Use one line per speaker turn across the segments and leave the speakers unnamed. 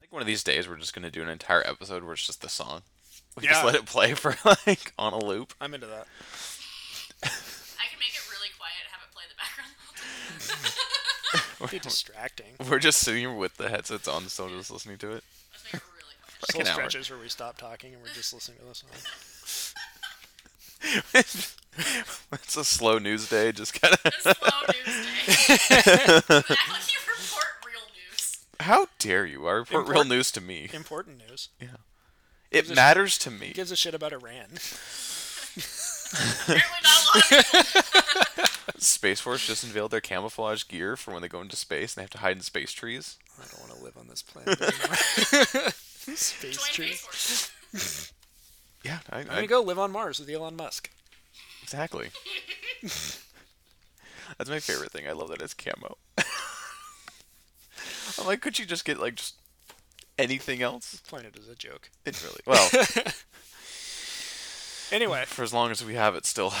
think one of these days we're just gonna do an entire episode where it's just the song. We
Yeah.
just let it play for like on a loop.
I'm into that.
I can make it really quiet and have it play in the background.
It'd be distracting.
We're just sitting here with the headsets on, so I'm just listening to it.
Let's make it really quiet.
Like
Full
an hour.
stretches where we stop talking and we're just listening to the song.
it's a slow news day. Just kind
A
of.
slow news day. Act like you report real news.
How dare you? I report real
Important-
news to me.
Important news.
It
a sh-
matters to me.
Gives a shit about Iran.
Apparently not a lot of people.
Space Force just unveiled their camouflage gear for when they go into space and they have to hide in space trees.
I don't want to live on this planet anymore. Space
Join
trees.
Space Force.
Yeah, I,
I'm gonna
I,
go live on Mars with Elon Musk.
exactly. That's my favorite thing. I love that it's camo. I'm like, could you just get like just anything else?
Planet is a joke.
It really well
Anyway,
for as long as we have it still.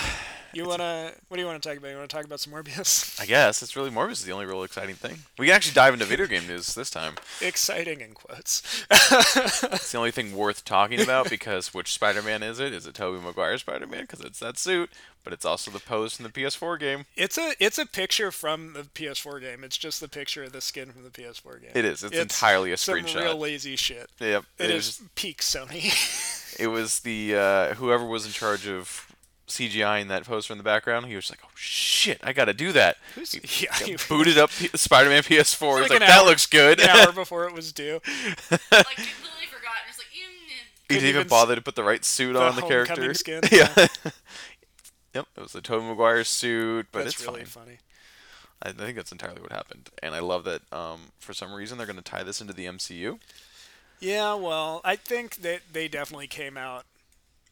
you wanna? What do you want to talk about? You want to talk about some Morbius?
I guess it's really Morbius is the only real exciting thing. We can actually dive into video game news this time.
Exciting in quotes.
It's the only thing worth talking about because which Spider-Man is it? Is it Tobey Maguire Spider-Man? Because it's that suit, but it's also the pose from the PS4 game.
It's a it's a picture from the PS4 game. It's just the picture of the skin from the PS4 game.
It is. It's entirely a
some
screenshot.
real lazy shit.
Yep, it
It is
is-
peak Sony.
It was the uh, whoever was in charge of CGI in that poster in the background. He was like, "Oh shit, I gotta do that."
Who's-
He
yeah, he-
booted up P- Spider-Man PS4. He's
like
like,
an
"That
hour-
looks good."
An hour before it was due.
Like, you completely forgot. And it's like, mm,
he
couldn't
didn't
even
even
s-
bother to put the right suit on the
homecoming
character.
skin,
Yeah. yep, it was the Tobey Maguire suit, but
That's
it's
really
fine.
funny.
I I think that's entirely what happened, and I love that. Um, for some reason, they're going to tie this into the MCU.
Yeah, well, I think that they definitely came out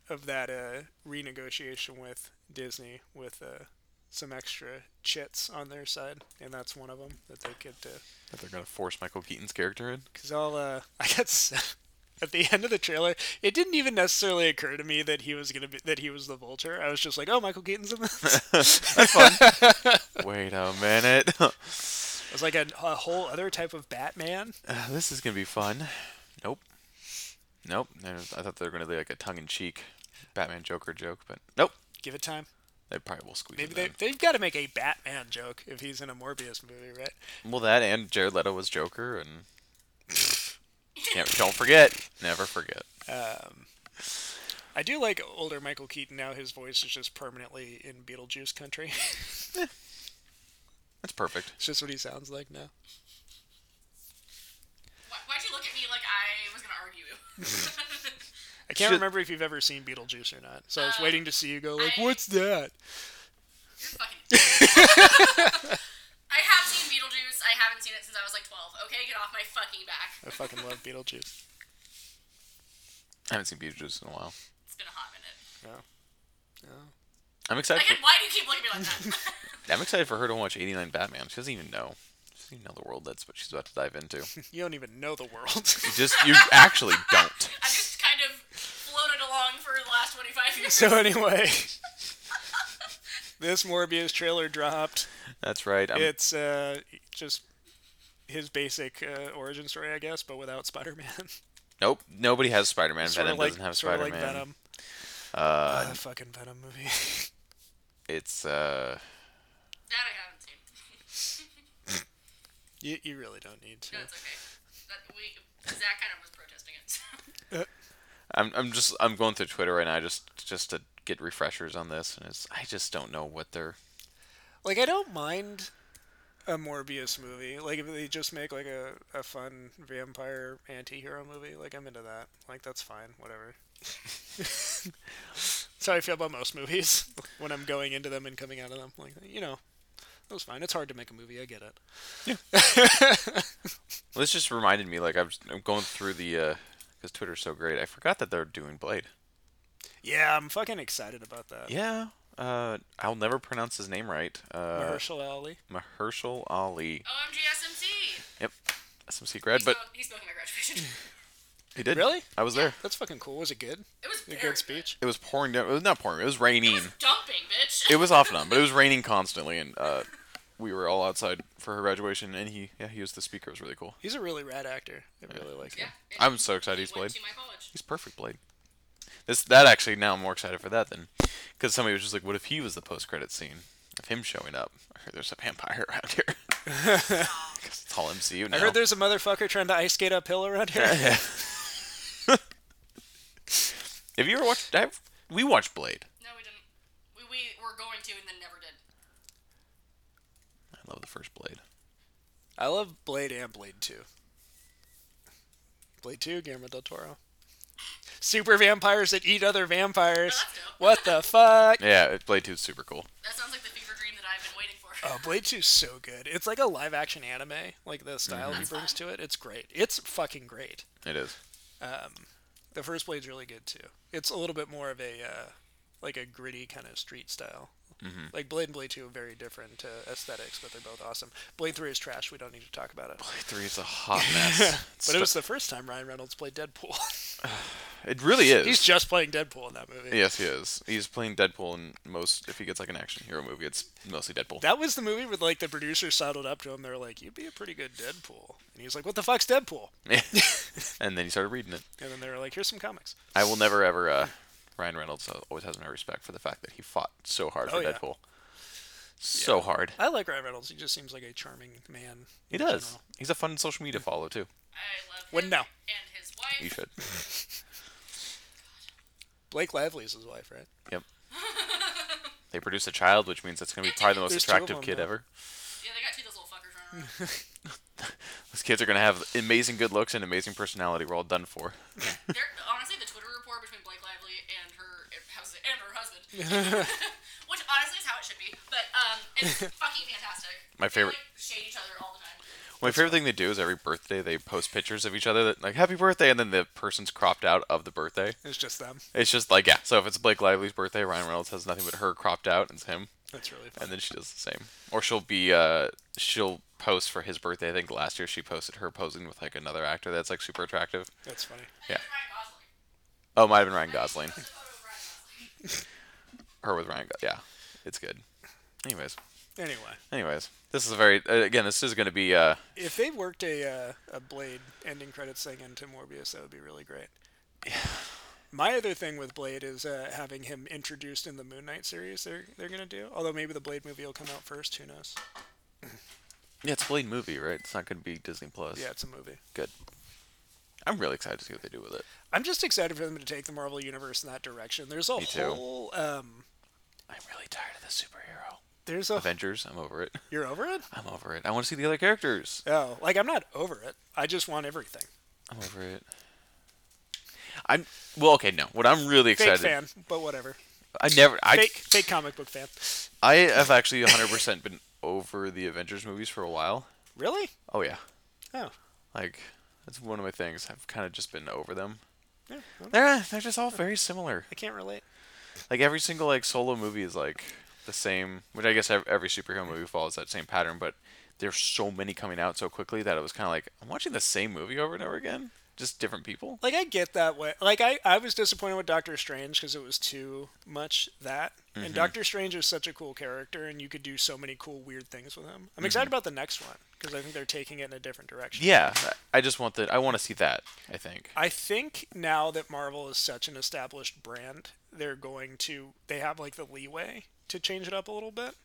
of that uh, renegotiation with Disney with uh, some extra chits on their side, and that's one of them that they could.
That they're going to force Michael Keaton's character in.
Because all uh, I got s- at the end of the trailer, it didn't even necessarily occur to me that he was gonna be that he was the Vulture. I was just like, oh, Michael Keaton's in this.
Wait a minute.
it was like a, a whole other type of Batman.
Uh, this is gonna be fun. Nope. Nope. I was- I thought they were gonna do like a tongue-in-cheek Batman Joker joke, but nope.
Give it time.
They probably will squeeze
Maybe
it
they,
in.
they've got to make a Batman joke if he's in a Morbius movie, right?
Well, that and Jared Leto was Joker, and yeah, don't forget, never forget.
I do like older Michael Keaton now. His voice is just permanently in Beetlejuice country.
That's perfect.
it's just what he sounds like now.
why, why'd you look at me like I was going to argue?
I can't
Should-
remember if you've ever seen Beetlejuice or not. So I was waiting to see you go like,
I-
"What's that?"
You're fucking. I have seen Beetlejuice. I haven't seen it since I was like 12. Okay, get off my fucking back.
I fucking love Beetlejuice.
I haven't seen Beetlejuice in a while.
It's been a hot minute.
No. No.
I'm excited.
Again,
For,
why do you keep looking at me like that?
I'm excited for her to watch '89 Batman. She doesn't even know. She doesn't even know the world that's what she's about to dive into. You
You don't even know the world.
just you actually don't.
I've just kind of floated along for the last 25 years.
so anyway, this Morbius trailer dropped.
That's right. I'm,
It's uh, just his basic uh, origin story, I guess, but without Spider-Man.
nope. Nobody has Spider-Man.
sort
Venom
of like,
doesn't have
sorta
Spider-Man.
like Venom. Uh, the fucking Venom movie.
It's uh.
That I haven't seen.
you, you really don't need to.
No, it's okay. That, we, Zach kind of was protesting it. so.
I'm I'm just I'm going through Twitter right now just just to get refreshers on this, and it's I just don't know what they're.
Like I don't mind a Morbius movie. Like if they just make like a, a fun vampire anti-hero movie, like I'm into that. Like that's fine, whatever. that's how I feel about most movies when I'm going into them and coming out of them. Like you know, that was fine. It's hard to make a movie. I get it.
Well, this just reminded me like I'm, I'm going through the because Twitter's so great. I forgot that they're doing Blade.
Yeah, I'm fucking excited about that.
Yeah. Uh, I'll never pronounce his name right. Uh,
Mahershala Ali.
Mahershal Ali.
OMG SMC!
Yep. SMC grad,
He,
but
spoke, he spoke at my graduation.
he did.
Really?
I was there.
That's fucking cool. Was it good?
It was
A
very
good speech.
It was pouring down. It was not pouring. It was raining.
Dumping, bitch.
It was off and on, but it was raining constantly, and uh, we were all outside for her graduation, and he yeah he was the speaker. It was really cool.
He's a really rad actor. I really like him.
Yeah. and
I'm so excited
he
he's
went
played.
to my college.
He's perfect, Blade. This that actually now I'm more excited for that than because somebody was just like, what if he was the post credit scene of him showing up? I heard there's a vampire around here. 'Cause it's all MCU now.
I heard there's a motherfucker trying to ice skate uphill around here.
Have you ever watched? I've, we watched Blade.
No, we didn't. We, we were going to and then never did.
I love the first Blade.
I love Blade and Blade 2. Blade 2, Guillermo del Toro. Super vampires that eat other vampires.
That's dope.
What the fuck?
Yeah, it- Blade Two is super cool.
That sounds like the fever dream that I've been waiting for.
Oh, Blade 2's so good. It's like a live action anime, like the style he brings to it. It's great. It's fucking great.
It is.
The first Blade's really good too. It's a little bit more of a uh, like a gritty kind of street style. Like Blade and Blade Two, are very different uh, aesthetics, but they're both awesome. Blade Three is trash. We don't need to talk about it.
Blade Three is a hot mess.
But it was the first time Ryan Reynolds played Deadpool.
It really is.
He's just playing Deadpool in that movie.
yes, he is. He's playing Deadpool in most. If he gets like an action hero movie, it's mostly Deadpool.
That was the movie where like the producers sidled up to him. They were like, "You'd be a pretty good Deadpool," and he was like, "What the fuck's Deadpool?"
and then he started reading it.
And then they were like, "Here's some comics."
I will never ever. Uh, Ryan Reynolds always has my respect for the fact that he fought so hard
Oh,
for
yeah.
Deadpool. So hard.
I like Ryan Reynolds. He just seems like a charming man.
He
in
does.
general.
He's a fun social media follow too.
I love him
Wouldn't know.
and his wife.
You should.
Blake Lively's his wife, right?
Yep. They produce a child, which means that's going to be probably the most
There's two of
attractive
them,
kid
though.
ever.
Yeah, they got two of those little fuckers running around.
Those kids are going to have amazing good looks and amazing personality. We're all done for.
They're, honestly, the Twitter report between Blake Lively and her how's it- and her husband, which honestly is how it should be, but um, it's fucking fantastic.
My
They,
favorite-
like, shade each other all the time.
My favorite thing they do is every birthday they post pictures of each other that like happy birthday and then the person's cropped out of the birthday.
It's just them.
It's just like yeah. So if it's Blake Lively's birthday, Ryan Reynolds has nothing but her cropped out. It's him,
That's really fun.
and then she does the same. Or she'll be uh she'll post for his birthday. I think last year she posted her posing with like another actor that's like super attractive.
That's funny.
I think
Yeah.
it's Ryan Gosling.
Oh, it might have been Ryan Gosling.
There's a photo of Ryan Gosling.
Her with Ryan. Go- yeah, it's good. Anyways,
Anyway,
anyways, this is a very uh, again. This is gonna be uh
if they worked a uh, a Blade ending credits thing into Morbius, that would be really great. My other thing with Blade is uh, having him introduced in the Moon Knight series they're they're gonna do. Although maybe the Blade movie will come out first. Who knows?
yeah it's a Blade movie right? It's not gonna be Disney Plus.
Yeah, it's a movie.
good. I'm really excited to see what they do with it.
I'm just excited for them to take the Marvel universe in that direction. There's a
Me too.
whole um
I'm really tired of the superhero.
there's a
Avengers, I'm over it.
you're over it?
I'm over it. I want to see the other characters.
Oh, like I'm not over it. I just want everything.
I'm over it. I'm well, okay, no. What I'm really
Fake
excited
fan, but whatever.
I never I
Fake fake comic book fan.
I have actually 100% been over the Avengers movies for a while.
Really?
Oh yeah.
Oh.
Like that's one of my things. I've kind of just been over them.
Yeah, well,
They're they're just all very similar.
I can't relate.
Like every single like solo movie is like the same, which I guess ev- every superhero movie follows that same pattern, but there's so many coming out so quickly that it was kind of like I'm watching the same movie over and over again, just different people.
Like I get that way. Like I, I was disappointed with Doctor Strange because it was too much that.
Mm-hmm.
And Doctor Strange is such a cool character, and you could do so many cool weird things with him. I'm
Mm-hmm.
excited about the next one because I think they're taking it in a different direction.
Yeah, I- I just want that. I want to see that. I think.
I think now that Marvel is such an established brand, they're going to they have like the leeway to change it up a little bit.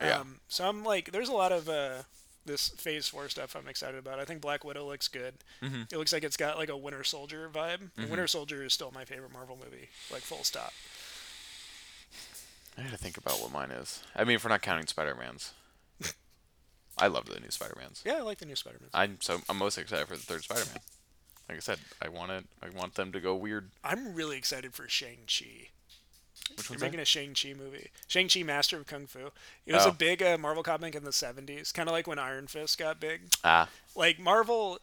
Yeah.
Um, so I'm like, there's a lot of uh, this Phase Four stuff I'm excited about. I think Black Widow looks good.
Mm-hmm.
It looks like it's got like a Winter Soldier vibe. And Winter Soldier is still my favorite Marvel movie, like full stop.
I gotta think about what mine is. I mean, if we're not counting Spider Man's, I love the new Spider Man's.
Yeah, I like the new Spider-Man.
I'm so I'm most excited for the third Spider Man. Like I said, I want it. I want them to go weird.
I'm really excited for Shang Chi.
Which
They're
one's
making
that?
a Shang Chi movie. Shang Chi, Master of Kung Fu. It was
Oh.
a big uh, Marvel comic in the '70s, kind of like when Iron Fist got big.
Ah,
like Marvel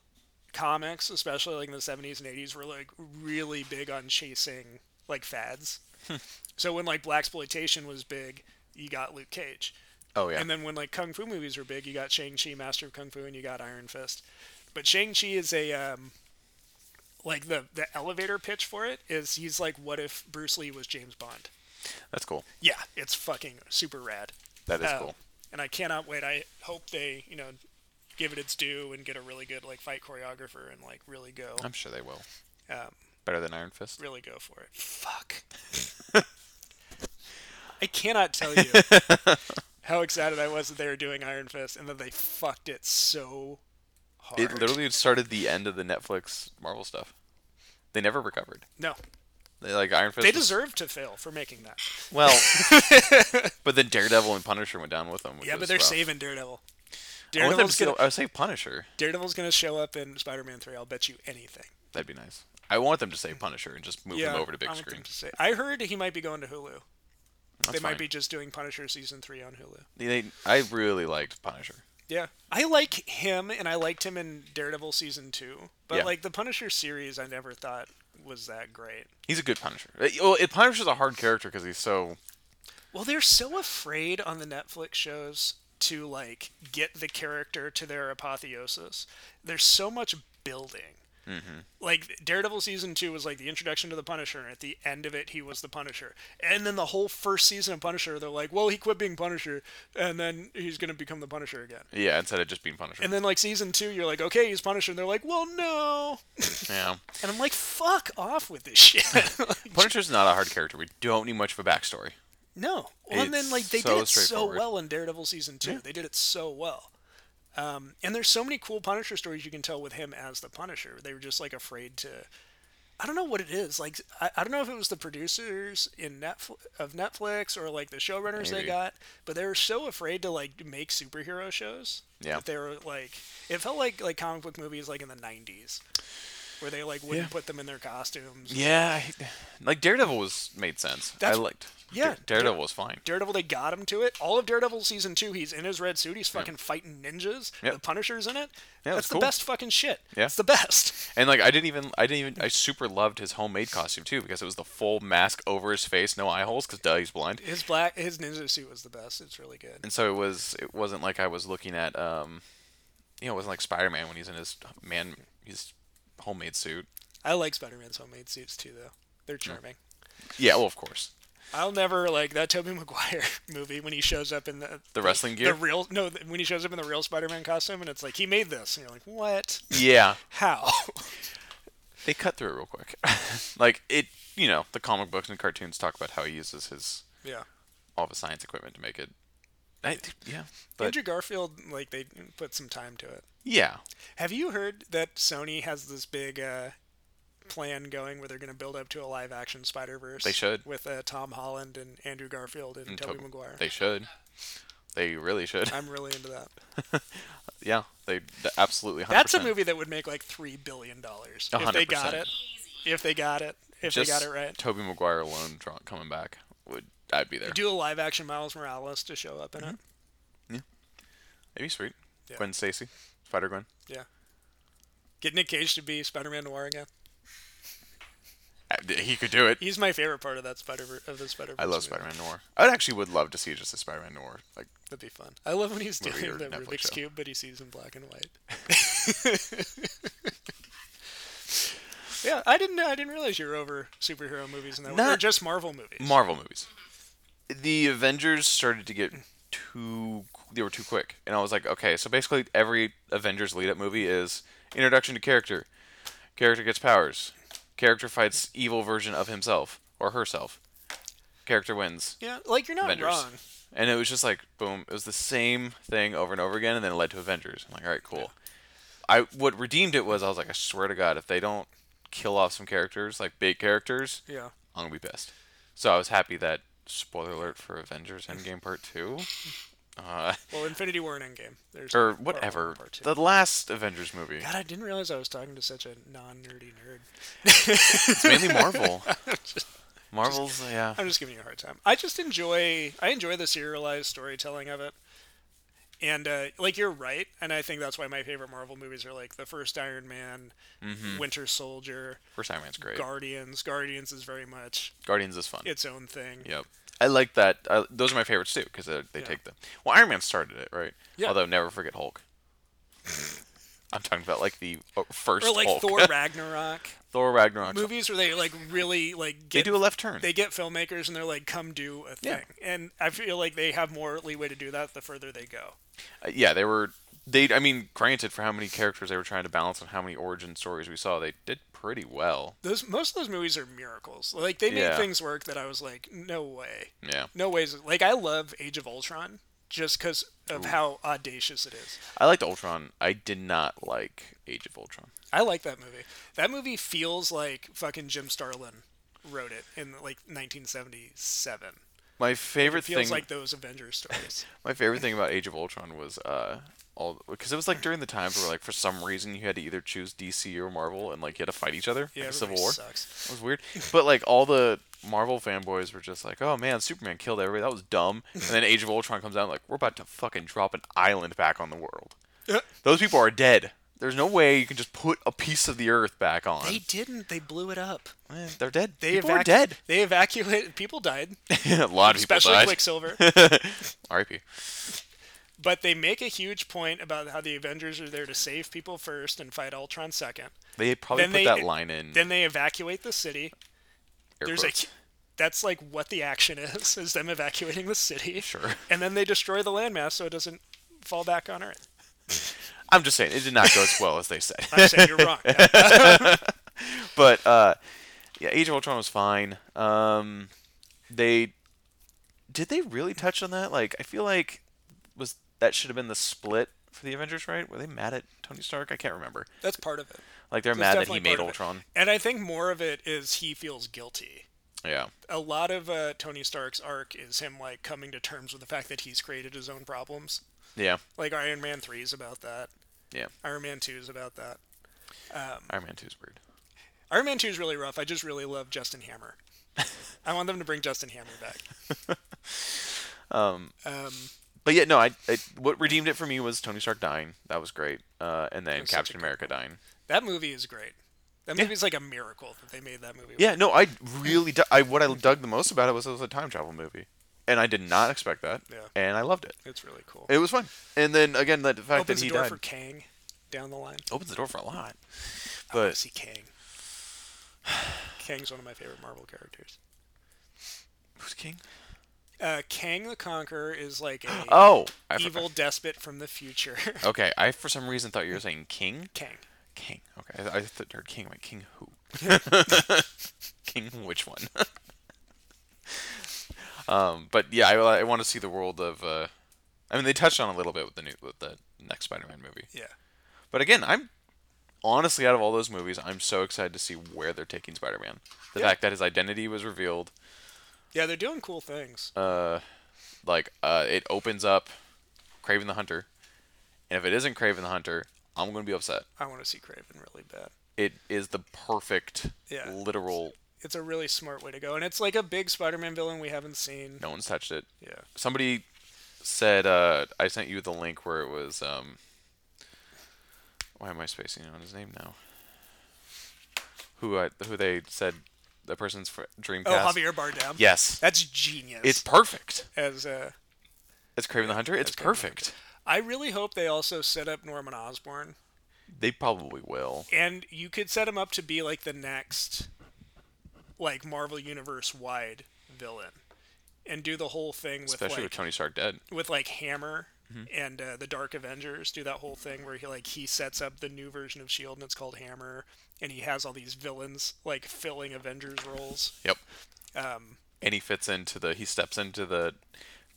comics, especially like in the 70s and 80s, were like really big on chasing like fads. so when like black exploitation was big, you got Luke Cage,
oh yeah.
and then when like kung fu movies were big, you got Shang Chi, Master of Kung Fu, and you got Iron Fist. But Shang Chi is a um, like the the elevator pitch for it is he's like, what if Bruce Lee was James Bond?
That's cool.
Yeah, it's fucking super rad.
That is
Oh.
cool.
and I cannot wait. I hope they, you know, give it its due and get a really good like fight choreographer and like really go,
I'm sure they will.
um,
Better than Iron Fist.
really go for it. Fuck. I cannot tell you how excited I was that they were doing Iron Fist and that they fucked it so hard.
It literally started the end of the Netflix Marvel stuff. They never recovered.
no,
They like Iron Fist.
they
was-
deserve to fail for making that.
well, but then Daredevil and Punisher went down with them. Which
Yeah, but
was
they're
rough.
saving Daredevil.
I want them to uh,
Daredevil's
see-
gonna,
I would say Punisher.
Daredevil's gonna show up in Spider-Man Three. I'll bet you anything.
That'd be nice. I want them to say Punisher and just move
yeah,
him over to big
I want them
screen.
to say- I heard he might be going to Hulu.
That's
they
fine.
might be just doing Punisher season three on Hulu.
They, I really liked Punisher.
Yeah, I like him, and I liked him in Daredevil season two. But
Yeah.
like the Punisher series, I never thought was that great.
He's a good Punisher. Uh, Well, it- Punisher's a hard character because he's so
Well, they're so afraid on the Netflix shows to like get the character to their apotheosis. There's so much building. Like Daredevil season two was like the introduction to the Punisher, and at the end of it, he was the Punisher. And then the whole first season of Punisher, they're like, "Well, he quit being Punisher, and then he's gonna become the Punisher again."
yeah. Instead of just being Punisher,
And then like season two, you're like, "Okay, he's Punisher," and they're like, "Well, no,"
yeah.
and I'm like, "Fuck off with this shit." Like,
Punisher's not a hard character. We don't need much of a backstory.
No. Well, and then
It's
like they
so
did it so
straightforward.
well in Daredevil season two. They did it so well. Um, and there's so many cool Punisher stories you can tell with him as the Punisher. They were just like afraid to. I don't know what it is. Like I, I don't know if it was the producers in Netflix of Netflix or like the showrunners they
Maybe.
got, but they were so afraid to like make superhero shows.
Yeah.
That they were like, it felt like like comic book movies like in the '90s, where they like wouldn't put them in their costumes.
Yeah, I, like Daredevil was made sense.
That's-
I liked.
yeah,
Da- Daredevil was fine.
Daredevil, they got him to it. All of Daredevil season two, he's in his red suit. He's fucking fighting ninjas.
Yep.
The Punisher's in it.
Yeah,
That's
it's
the
cool.
best fucking shit.
Yeah.
It's the best.
And like I didn't even I didn't even I super loved his homemade costume too because it was the full mask over his face, no eye holes because duh he's blind.
His black, his ninja suit was the best. It's really good.
And so it was it wasn't like I was looking at um you know it wasn't like Spider Man when he's in his man his homemade suit.
I like Spider-Man's homemade suits too, though. They're charming.
Yeah, well of course
I'll never like that Tobey Maguire movie when he shows up in the
the wrestling
the
gear.
real no th- when he shows up in the real Spider-Man costume and it's like he made this and you're like what
yeah,
how
they cut through it real quick. like it you know the comic books and cartoons talk about how he uses his
yeah.
all the science equipment to make it. I, yeah, but
Andrew Garfield like they put some time to it.
yeah.
Have you heard that Sony has this big uh, plan going where they're going to build up to a live action Spider Verse?
They should.
With uh, Tom Holland and Andrew Garfield and, Tobey
Tob-
Maguire.
They should. They really should.
I'm really into that.
Yeah, they they absolutely. 100%.
That's a movie that would make like three billion dollars if they got
100%.
it.
Easy.
If they got it. If
Just
they got it right.
Toby Maguire alone draw, coming back would I'd be there.
Do a live action Miles Morales to show up in it.
Mm-hmm. That'd be sweet.
Yeah.
Gwen Stacy, Spider Gwen.
Yeah. Get Nick Cage to be Spider Man Noir again.
Uh, He could do it.
He's my favorite part of that Spider of the Spider Verse.
I love Spider Man Noir. I actually would love to see just a Spider Man Noir. Like
That'd be fun. I love when he's doing
Movie or
the
Netflix
Rubik's
show.
cube, but he sees in black and white. yeah, I didn't know. I didn't realize you were over superhero movies and that way, or
Not-
just Marvel movies.
Marvel movies. The Avengers started to get too. They were too quick, and I was like, okay. So basically, every Avengers lead up movie is introduction to character. Character gets powers. Character fights evil version of himself or herself. Character wins.
yeah, like you're not
Avengers.
wrong.
And it was just like boom, it was the same thing over and over again, and then it led to Avengers. I'm like, all right, cool. I what redeemed it was I was like, I swear to God, if they don't kill off some characters, like big characters,
Yeah,
I'm gonna be pissed. So I was happy that spoiler alert for Avengers Endgame Part Two, uh,
well, Infinity War and Endgame. There's
or
Marvel
whatever,
Part two.
the last Avengers movie.
God, I didn't realize I was talking to such a non-nerdy nerd.
It's mainly Marvel. Marvel's yeah.
I'm just giving you a hard time. I just enjoy I enjoy the serialized storytelling of it. And uh, like you're right, and I think that's why my favorite Marvel movies are like the first Iron Man,
Mm-hmm.
Winter Soldier,
First Iron Man's great.
Guardians. Guardians is very much
Guardians is fun.
its own thing.
Yep. I like that. I, those are my favorites too because they, they
Yeah.
take them. Well, Iron Man started it, right?
Yeah.
Although never forget Hulk. I'm talking about like the uh, first
or like
Hulk.
Thor Ragnarok
Thor Ragnarok.
movies where they like really like
They
get
do a left turn.
they get filmmakers and they're like come do a
Yeah.
thing and I feel like they have more leeway to do that the further they go.
Uh, yeah, they were. They, I mean, granted, for how many characters they were trying to balance and how many origin stories we saw, they did pretty well.
Those most of those movies are miracles. Like they made
Yeah.
things work that I was like no way.
Yeah,
No ways. Like I love Age of Ultron just cuz of how audacious it is.
I liked Ultron. I did not like Age of Ultron.
I like that movie. That movie feels like fucking Jim Starlin wrote it in like 1977.
My favorite
Feels
thing,
like those Avengers stories.
my favorite thing about Age of Ultron was uh, all because it was like during the times where like for some reason you had to either choose DC or Marvel and like you had to fight each other.
Yeah,
like a Civil
everybody
War.
sucks.
It was weird. But like all the Marvel fanboys were just like, "Oh man, Superman killed everybody. That was dumb." And then Age of Ultron comes out like, "We're about to fucking drop an island back on the world. Those people are dead. There's no way you can just put a piece of the earth back on.
They didn't. They blew it up.
Eh, They're dead.
They
people are
evacu-
dead.
They evacuated. People died,
a lot of people
especially
died.
Quicksilver.
R.I.P.
but they make a huge point about how the Avengers are there to save people first and fight Ultron second.
They probably
Then
put
they- e
that line in.
Then they evacuate the city.
air
There's
quotes.
a. That's like what the action is: is them evacuating the city.
Sure.
And then they destroy the landmass so it doesn't fall back on Earth.
I'm just saying it did not go as well as they said.
I'm saying you're wrong. Yeah.
but uh, yeah, Age of Ultron was fine. Um, they did they really touch on that? Like, I feel like was that should have been the split for the Avengers, right? Were they mad at Tony Stark? I can't remember.
That's part of it.
Like, they're
That's
mad that
definitely
he made
part of it.
Ultron.
And I think more of it is he feels guilty.
Yeah,
a lot of uh, Tony Stark's arc is him like coming to terms with the fact that he's created his own problems.
yeah,
Like Iron Man three is about that.
yeah.
Iron Man two is about that.
Iron Man 2's weird.
Iron Man two is really rough. I just really love Justin Hammer. I want them to bring Justin Hammer back. um,
But yeah, no. I, I what redeemed it for me was Tony Stark dying. That was great. Uh, and then
such a
Captain
good
America dying.
that movie is great. That movie's like a miracle that they made that movie.
Yeah, no. I really, du- I what I dug the most about it was it was a time travel movie, and I did not expect that.
Yeah.
And I loved it.
it's really cool.
It was fun. And then again, that the fact
Opens
that
the
he
door
died
for Kang down the line.
opens the door for a lot.
I wanna
But
see Kang. Kang's one of my favorite Marvel characters.
who's king?
Uh, Kang the Conqueror is like a
Oh, I for-
evil despot from the future.
okay, I for some reason thought you were saying king.
Kang.
King. Okay, I, I thought heard king. Like king who? king which one? um, but yeah, I, I want to see the world of. Uh, I mean, they touched on it a little bit with the new with the next Spider-Man movie.
Yeah.
But again, I'm honestly out of all those movies, I'm so excited to see where they're taking Spider-Man. The
Yeah.
fact that his identity was revealed.
Yeah, they're doing cool things.
Uh. like uh, it opens up Craven the Hunter, and if it isn't Craven the Hunter, I'm gonna be upset.
I want to see Craven really bad.
It is the perfect
Yeah.
literal.
It's a really smart way to go, and it's like a big Spider-Man villain we haven't seen.
No one's touched it.
Yeah.
Somebody said uh, I sent you the link where it was. Um, why am I spacing on his name now? Who I, who they said the person's fr- Dreamcast?
Oh, Javier Bardem.
Yes,
That's genius.
it's perfect.
as uh,
It's Craven the Hunter. It's
Craven the
perfect.
I really hope they also set up Norman Osborn,
They probably will.
and you could set him up to be like the next, like Marvel Universe wide villain, and do the whole thing with
Especially
like
with Mm-hmm. Tony Stark dead.
with like Hammer and uh, the Dark Avengers do that whole thing where he like he sets up the new version of Shield E and it's called Hammer, and he has all these villains like filling Avengers roles.
Yep. Um, and he fits into the he steps into the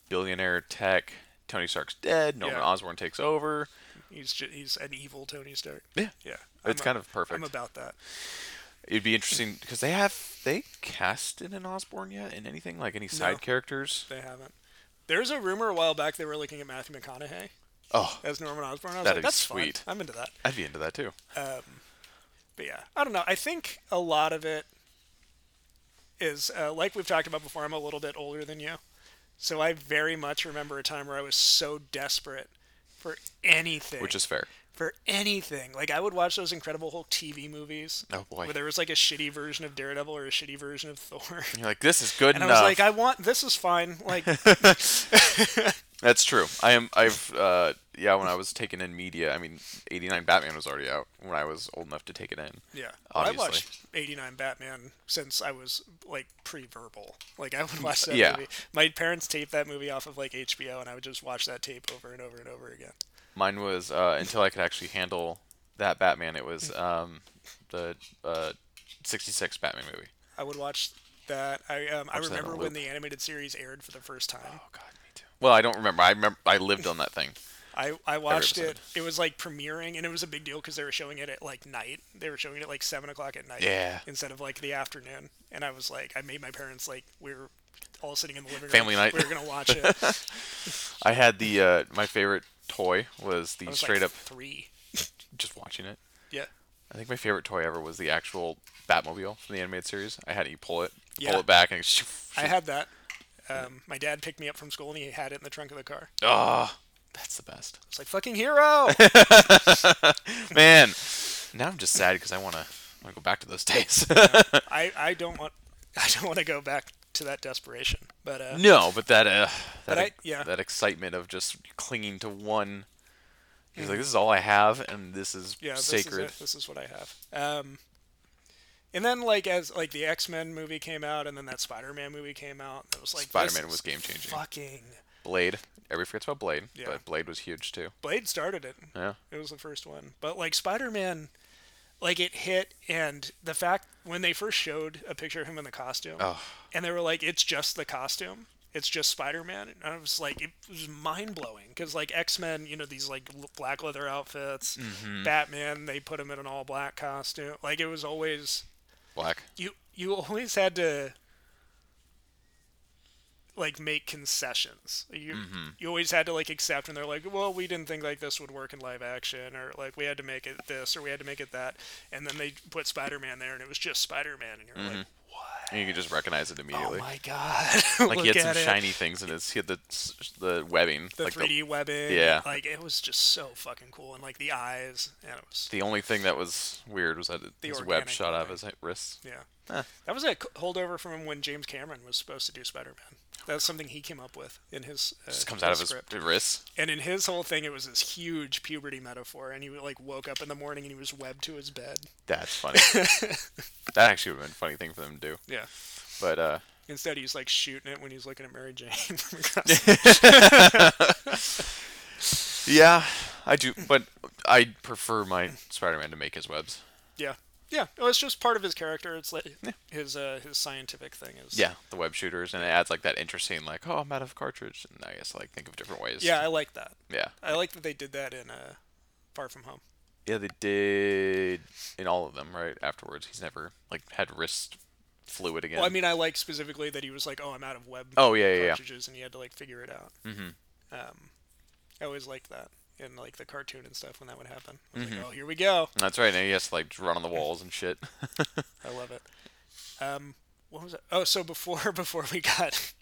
billionaire tech. Tony Stark's dead. Norman
Yeah.
Osborn takes over.
He's just, he's an evil Tony Stark.
Yeah,
Yeah,
It's
I'm
kind
a-
of perfect.
I'm about that.
It'd be interesting because they have they casted an Osborn yet in anything like any side characters.
They haven't. There's a rumor a while back they were looking at Matthew McConaughey
Oh,
as Norman Osborn. I was
That'd
like,
be
that's
sweet.
Fun. I'm into that.
I'd be into that too.
But yeah, I don't know. I think a lot of it is uh, like we've talked about before. I'm a little bit older than you, so I very much remember a time where I was so desperate for anything,
Which is fair.
for anything. Like I would watch those Incredible Hulk TV movies,
Oh, boy.
where there was like a shitty version of Daredevil or a shitty version of Thor.
You're like this is good
And I
enough.
was like, I want this is fine. Like
That's true. I am. I've uh, yeah, when I was taking in media, I mean, 89 Batman was already out when I was old enough to take it in.
Yeah. Well, I
Obviously.
watched 89 Batman since I was like pre-verbal. Like I would watch that
Mm, Yeah.
movie. My parents taped that movie off of like HBO and I would just watch that tape over and over and over again.
Mine was uh, until I could actually handle that Batman. It was um, the uh, 66 Batman movie.
I would watch that. I um, I
Watch that on
remember when
loop.
the animated series aired for the first time.
Oh God, me too. Well, I don't remember. I remember I lived on that thing.
I, I watched it.
episode.
It was like premiering, and it was a big deal because they were showing it at like night. They were showing it at like seven o'clock at night,
Yeah.
instead of like the afternoon. And I was like, I made my parents like we were all sitting in the living room.
Family night.
We were gonna watch it. I
I had the uh, my favorite toy was the
was
straight
like,
up
three.
just watching it.
Yeah.
I think my favorite toy ever was the actual Batmobile from the animated series. I had it, you pull it,
Yeah.
pull it back, and
I had that. Um, my dad picked me up from school and he had it in the trunk of the car. I
oh, that's the best.
was like, fucking hero!
Man, now I'm just sad because I wanna I wanna go back to those days.
I, I don't want I don't want to go back to that desperation. But uh,
no, but that uh, that
But I-
ex-
yeah.
that excitement of just clinging to one. He's like, this is all I have, and this is
Mm-hmm. yeah, this
sacred.
Is it. This is what I have. Um, and then like as like the X Men movie came out, and then that Spider Man movie came out. It was like this
Spider-Man
is
was game-changing.
Fucking
Blade. Everybody forgets about Blade,
Yeah.
but Blade was huge too.
Blade started it.
Yeah.
It was the first one, but like Spider Man, like it hit, and the fact when they first showed a picture of him in the costume,
Oh.
and they were like, "It's just the costume." It's just Spider-Man, and I was like, it was mind blowing because like X-Men, you know, these like l- black leather outfits. Batman, they put him in an all black costume. Like it was always
Black.
you you always had to like make concessions. You you always had to like accept when they're like, well, we didn't think like this would work in live action, or like we had to make it this, or we had to make it that, and then they put Spider Man there, and it was just Spider Man, and you're like, what?
And you could just recognize it
Oh
immediately.
my god!
like he
Look
had
at
some
it.
shiny things in his. He had the s- the webbing.
The
like
3D webbing,
Yeah.
like it was just so fucking cool, and like the eyes, and it was,
The, the only thing that was weird was that it-
The
his web
organic
shot out of
webbing.
his wrists.
yeah,
Huh.
that was a c- holdover from when James Cameron was supposed to do Spider Man. That's something he came up with in his. Uh,
Just comes out of his
script.
wrists.
And in his whole thing, it was this huge puberty metaphor, and he like woke up in the morning and he was webbed to his bed.
That's funny. that actually would have been a funny thing for them to do.
Yeah.
But uh,
Instead, he's like shooting it when he's looking at Mary Jane from across. the-
yeah, I do. But I prefer my Spider-Man to make his webs.
yeah, yeah. No, it's just part of his character. It's like his uh, his scientific thing is.
Yeah, the web shooters, and it adds like that interesting, like, oh, I'm out of cartridge, and I guess like think of different ways.
Yeah, I like that.
Yeah.
I like that they did that in uh, Far From Home.
Yeah, they did in all of them, right? Afterwards, he's never like had wrist fluid again.
Well, I mean, I like specifically that he was like, "Oh, I'm out of web
Oh, yeah, yeah, yeah.
cartridges," and he had to like figure it out. Mm-hmm. Um, I always liked that in like the cartoon and stuff when that would happen. I was
Mm-hmm.
like, "Oh, here we go."
that's right. Now he has to like run on the walls and shit.
I love it. Um, what was it? Oh, so before before we got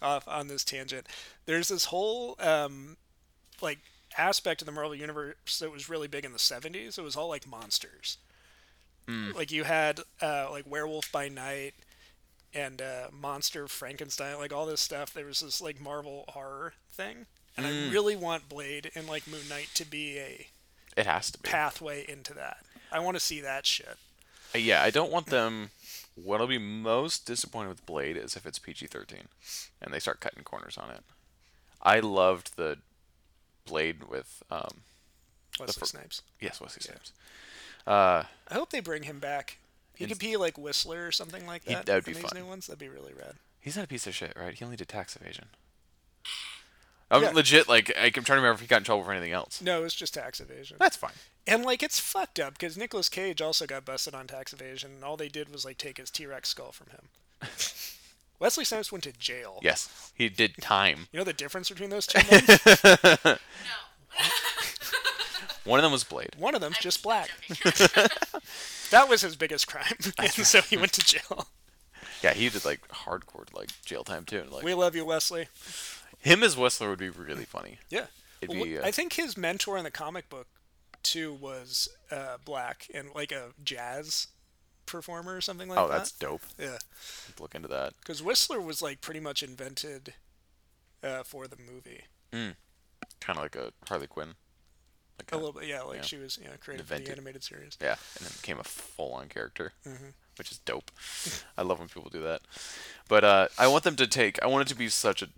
off on this tangent, there's this whole um, like aspect of the Marvel universe that was really big in the '70s. It was all like monsters. Like you had uh, like Werewolf by Night and uh, Monster Frankenstein, like all this stuff. There was this like Marvel horror thing, and I really want Blade and like Moon Knight to be a
It has to be.
pathway into that. I want to see that shit.
Uh, Yeah, I don't want them. What I'll be most disappointed with Blade is if it's PG 13 and they start cutting corners on it. I loved the Blade with, um,
Wesley
fir-
Snipes.
yes, Wesley Snipes.
I hope they bring him back. He could be like Whistler or something like
He-
that.
that'd be
in
fun.
These new ones, that'd be really rad.
He's not a piece of shit, right? He only did tax evasion. I'm
Yeah.
legit, like, I- I'm trying to remember if he got in trouble for anything else.
No, it's just tax evasion.
That's fine.
And like, it's fucked up because Nicolas Cage also got busted on tax evasion, and all they did was like take his T Rex skull from him. Wesley Snipes went to jail.
Yes, he did time.
You know the difference between those two men?
No.
One of them was Blade.
One of them's just black.
Joking.
That was his biggest crime, and so he went to jail.
Yeah, he did like hardcore like jail time too. and, Like
We love you, Wesley.
him as Whistler would be really funny.
Yeah.
It'd
Well,
be,
wh-
uh,
I think his mentor in the comic book too was uh, black and like a jazz performer or something like
Oh,
that.
that's dope.
Yeah,
Look into that.
because Whistler was like pretty much invented uh, for the movie.
kind of like a Harley Quinn. Like
A little bit, yeah. Like
Yeah.
she was, you know, created for
Invented.
the animated series.
Yeah, and then became a full-on character,
Mm-hmm.
which is dope. I love when people do that. But uh, I want them to take. I want it to be such a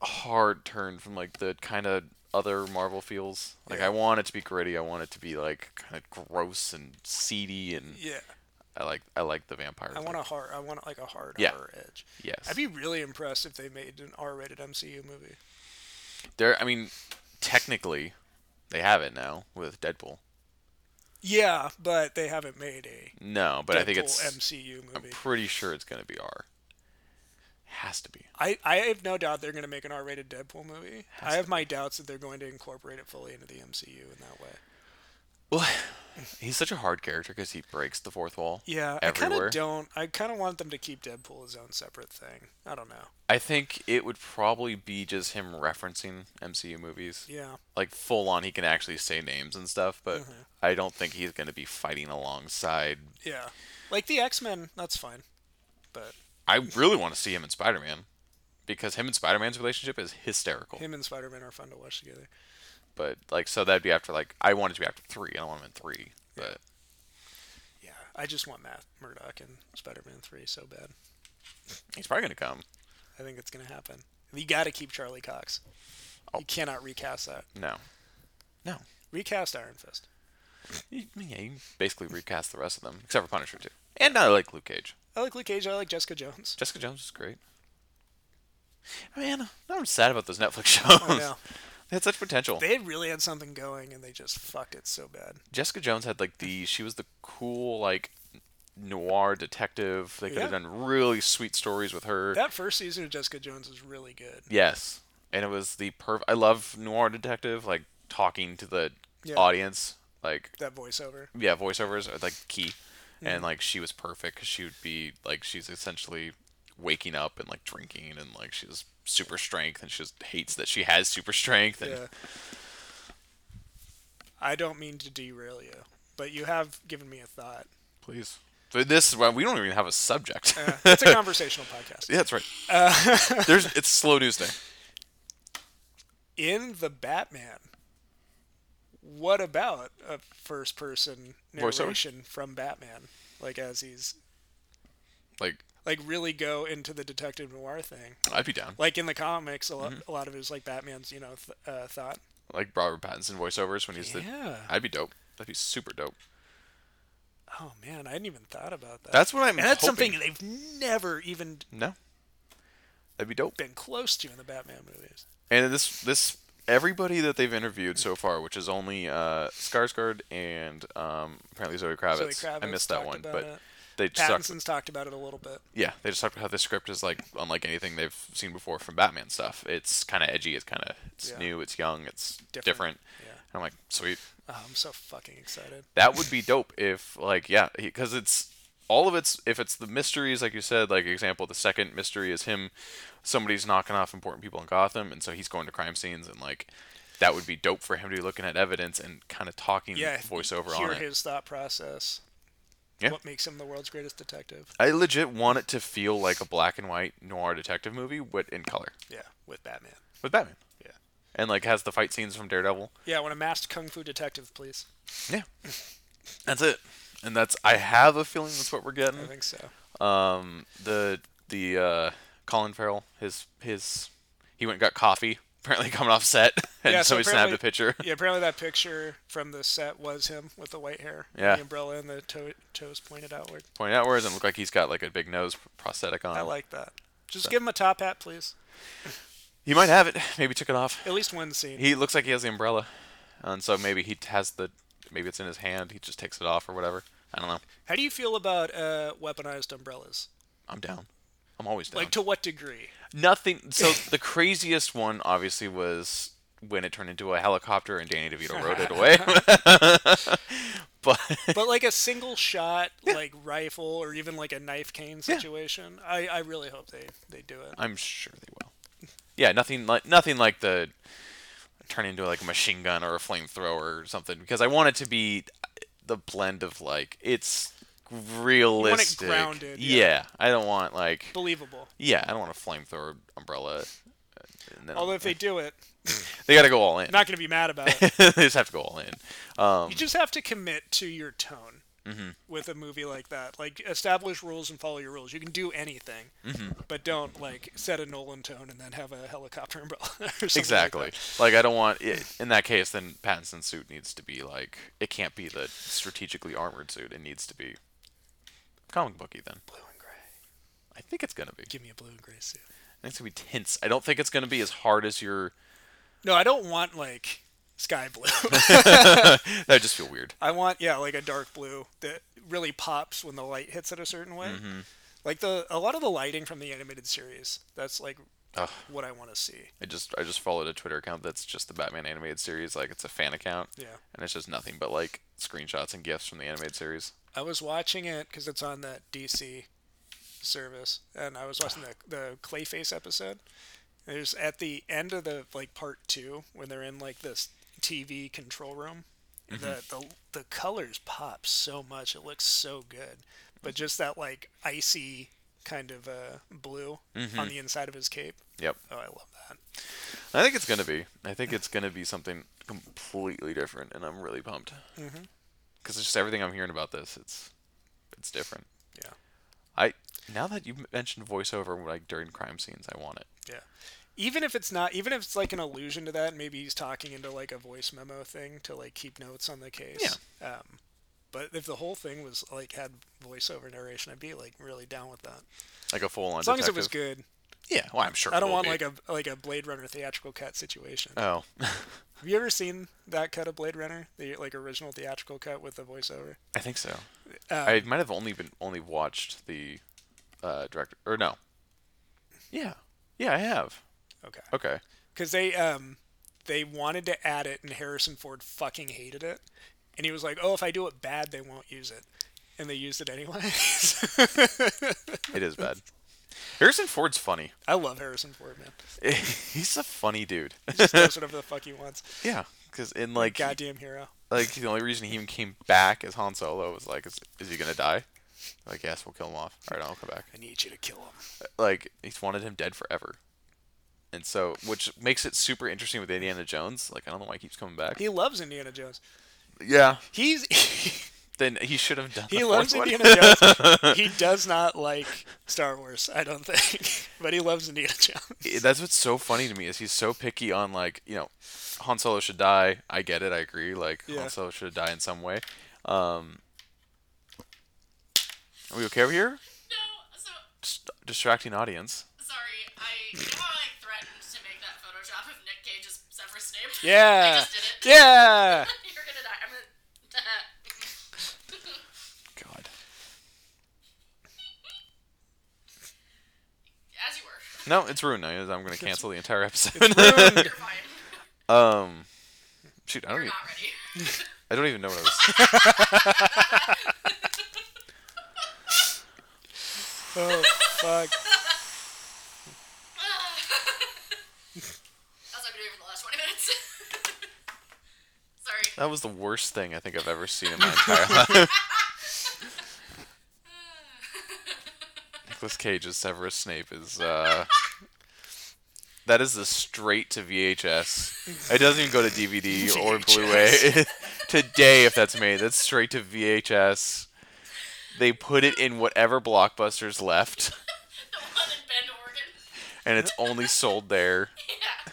hard turn from like the kind of other Marvel feels. Like
Yeah.
I want it to be gritty. I want it to be like kind of gross and seedy, and
Yeah,
I like I like the vampire.
I
thing.
want a hard. I want like a hard
Yeah.
horror edge.
Yes.
I'd be really impressed if they made an R-rated MCU movie.
there. I mean, technically, they have it now with Deadpool.
Yeah, but they haven't made a
No, but I think
Deadpool
it's.
MCU
I'm
movie.
pretty sure it's gonna be R. Has to be.
I, I have no doubt they're going to make an R-rated Deadpool movie. I have my doubts that they're going to incorporate it fully into the MCU in that way.
Well, he's such a hard character because he breaks the fourth wall.
Yeah, I kind
everywhere.
of don't. I kind of want them to keep Deadpool his own separate thing. I don't know.
I think it would probably be just him referencing MCU movies,
Yeah,
like full on. He can actually say names and stuff, but
Mm-hmm.
I don't think he's going to be fighting alongside.
yeah. Like the X-Men, that's fine. But
I really want to see him and Spider Man, because him and Spider Man's relationship is hysterical.
him and Spider-Man are fun to watch together.
But like, so that'd be after like I want it to be after three. I don't want him in three, but
Yeah, I just want Matt Murdock and Spider-Man 3 so bad.
he's probably going to come.
I think it's going to happen. You got to keep Charlie Cox. You cannot recast that.
No, no.
Recast Iron Fist.
You, yeah, you basically recast the rest of them except for Punisher too, and I like Luke Cage.
I like Luke Cage. I like Jessica Jones.
Jessica Jones is great. Man, now I'm sad about those Netflix shows.
I know.
They had such potential.
They really had something going, and they just fucked it so bad.
Jessica Jones had like the she was the cool like noir detective. They could have
Yeah.
done really sweet stories with her.
That first season of Jessica Jones is really good.
yes, and it was the perf. I love noir detective like talking to the
Yeah.
audience like
That voiceover.
yeah voiceovers are like key,
Mm-hmm.
and like she was perfect 'cause she would be like she's essentially waking up and like drinking and like she has super strength and she just hates that she has super strength and
Yeah. I don't mean to derail you, but you have given me a thought.
Please. But this is why we don't even have a subject.
Uh, it's a conversational podcast.
yeah, that's right. There's it's slow news day.
In the Batman, what about a first-person
Voiceover?
narration from Batman, like as he's
Like
like really go into the detective noir thing.
I'd be down.
Like in the comics, a lot,
Mm-hmm.
a lot of it is like Batman's, you know, th- uh, thought.
Like Robert Pattinson voiceovers when he's the.
Yeah.
I'd be dope. That'd be super dope.
Oh man, I hadn't even thought about that.
That's what I'm.
and that's
hoping.
something they've never even
No. That'd be dope.
been close to in the Batman movies.
And this this everybody that they've interviewed so far, which is only uh, Skarsgård and um, apparently Zoe Kravitz. I
Kravitz
missed that
talked
one,
about
but
it.
they just talked,
Pattinson's talked about it a little bit.
yeah they just talked about how the script is like unlike anything they've seen before from Batman stuff. It's kind of edgy. It's kind of it's
Yeah.
new. It's young. It's different.
Different. Yeah.
And I'm like sweet.
Oh, I'm so fucking excited.
that would be dope if like yeah because it's all of it's if it's the mysteries like you said like example the second mystery is him somebody's knocking off important people in gotham and so he's going to crime scenes and like that would be dope for him to be looking at evidence and kind of talking
Yeah,
Mm, voiceover
hear
on it
his thought process.
Yeah.
What makes him the world's greatest detective?
i legit want it to feel like a black and white noir detective movie but in color
Yeah, with Batman.
with batman
Yeah.
and like has the fight scenes from daredevil
Yeah, I want a masked kung fu detective, please.
yeah that's it and that's i have a feeling that's what we're getting
I think so.
um the the uh Colin Farrell his his he went and got coffee apparently coming off set and
Yeah, so
somebody snapped a
apparently-
picture.
Yeah, apparently that picture from the set was him with the white hair, and
Yeah.
the umbrella, and the toe, toes pointed outward.
Point outwards and look like he's got like a big nose prosthetic on.
I like that. Just give him a top hat, please.
He might have it. Maybe took it off.
At least one scene.
He looks like he has the umbrella, and so maybe he has the maybe it's in his hand. He just takes it off or whatever. I don't know.
How do you feel about uh, weaponized umbrellas?
I'm down. I'm always down.
Like to what degree?
Nothing. So the craziest one obviously was when it turned into a helicopter and Danny DeVito rode it away. but
But like a single shot, like rifle or even like a knife cane situation. I, I really hope they, they do it.
I'm sure they will. Yeah, nothing like nothing like the turn into like a machine gun or a flamethrower or something because I want it to be the blend of like it's realistic.
grounded,
Yeah.
yeah.
I don't want like
Believable.
yeah, I don't want a flamethrower umbrella. And then
Although if they do it,
They got to go all in.
Not gonna be mad about it.
they just have to go all in. Um,
You just have to commit to your tone
Mm-hmm.
with a movie like that. Like establish rules and follow your rules. You can do anything,
Mm-hmm.
but don't like set a Nolan tone and then have a helicopter umbrella. Or something like
exactly.
that.
Like I don't want it, in that case. Then Pattinson's suit needs to be like it can't be the strategically armored suit. It needs to be comic booky. Then
Blue and gray.
I think it's gonna be.
Give me a blue and gray suit.
I think it's gonna be tense. I don't think it's gonna be as hard as your.
No, I don't want like sky blue.
That would just feel weird.
I want yeah, like a dark blue that really pops when the light hits it a certain way.
Mm-hmm.
Like the a lot of the lighting from the animated series. That's like
Ugh.
what I want to see.
I just I just followed a Twitter account that's just the Batman animated series. Like it's a fan account.
Yeah.
And it's just nothing but like screenshots and gifs from the animated series.
I was watching it because it's on that DC service, and I was watching the the Clayface episode. There's at the end of the like part two when they're in like this TV control room. The, the the colors pop so much; it looks so good. But just that like icy kind of uh, blue on the inside of his cape.
Yep.
Oh, I love that.
I think it's gonna be. I think it's gonna be something completely different, and I'm really pumped. Because
Mm-hmm.
it's just everything I'm hearing about this. It's it's different.
Yeah,
I now that you mentioned voiceover like during crime scenes, I want it.
yeah. Even if it's not, even if it's like an allusion to that, maybe he's talking into like a voice memo thing to like keep notes on the case. Yeah. Um, but if the whole thing was like had voiceover narration, I'd be like really down with that.
Like a full on.
As long as it was good.
Yeah. Well, I'm sure.
I
it
don't
will
want
be.
like a like a Blade Runner theatrical cut situation.
Oh.
Have you ever seen that cut of Blade Runner, the like original theatrical cut with the voiceover?
I think so. I might have only been only watched the uh, director or no. Yeah. Yeah, I have.
Okay.
Okay.
because they um they wanted to add it and Harrison Ford fucking hated it, and he was like, "Oh, if I do it bad, they won't use it," and they used it anyway.
It is bad. Harrison Ford's funny.
I love Harrison Ford, man.
He's a funny dude.
He just does whatever the fuck he wants.
yeah, because in like he-
Goddamn hero.
like the only reason he even came back as Han Solo was like, is, is he gonna die? Like, yes, we'll kill him off. All right, I'll come back.
I need you to kill him.
Like, he's wanted him dead forever, and so which makes it super interesting with Indiana Jones. Like, I don't know why he keeps coming back.
He loves Indiana Jones.
yeah,
He's
then he should have done.
he
the
loves
fourth one.
Indiana Jones. He does not like Star Wars, I don't think, but he loves Indiana Jones.
it- that's what's so funny to me is he's so picky on like you know Han Solo should die. I get it. I agree. Like
Yeah.
Han Solo should die in some way. Um, are we okay over here?
No, so
Just distracting audience.
sorry. I you know how I threatened to make that Photoshop of Nick Cage's Severus Snape.
Yeah.
I just did it.
Yeah.
You're gonna die. I'm gonna.
God.
As you were.
No, it's ruined. now. I'm gonna cancel the entire episode.
Ruined.
You're fine.
um, shoot, I don't
You're
even.
not ready.
I don't even know what I was.
Oh fuck.
That's what I've been doing for the last 20 minutes. sorry.
that was the worst thing I think I've ever seen in my entire life. Nicholas Cage's Severus Snape is uh that is the straight to VHS. It doesn't even go to DVD or Blu-ray. Today, if that's made, that's straight to VHS. They put it in whatever blockbusters left,
The one in Bend, Oregon.
and it's only sold there.
Yeah.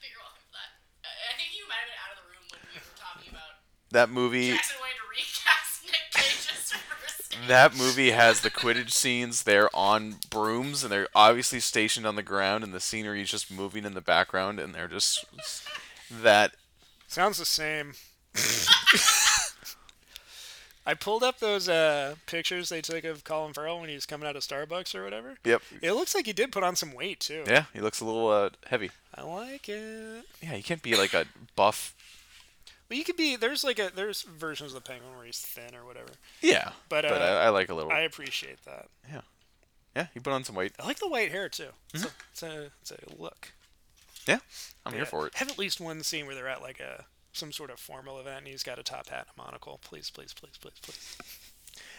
You're welcome for that. I I think you might have been out of the room when we were talking about
That movie,
Jackson wanting to recast Nick Cage as Severus Snape.
that movie has the Quidditch scenes. They're on brooms, and they're obviously stationed on the ground, and the scenery is just moving in the background, and they're just that
Sounds the same. I pulled up those uh, pictures they took of Colin Farrell when he was coming out of Starbucks or whatever.
Yep.
It looks like he did put on some weight too.
Yeah, he looks a little uh, heavy.
I like it.
Yeah, you can't be like a buff.
Well, you could be there's like a there's versions of the penguin where he's thin or whatever.
Yeah,
But, uh,
I, I like a little.
I appreciate that.
yeah, yeah, you put on some weight.
I like the white hair too. It's, a, it's, a, it's a look.
Yeah, Mm-hmm. I'm
Yeah.
here for it.
Have at least one scene where they're at like a some sort of formal event and he's got a top hat and a monocle. Please, please, please, please, please.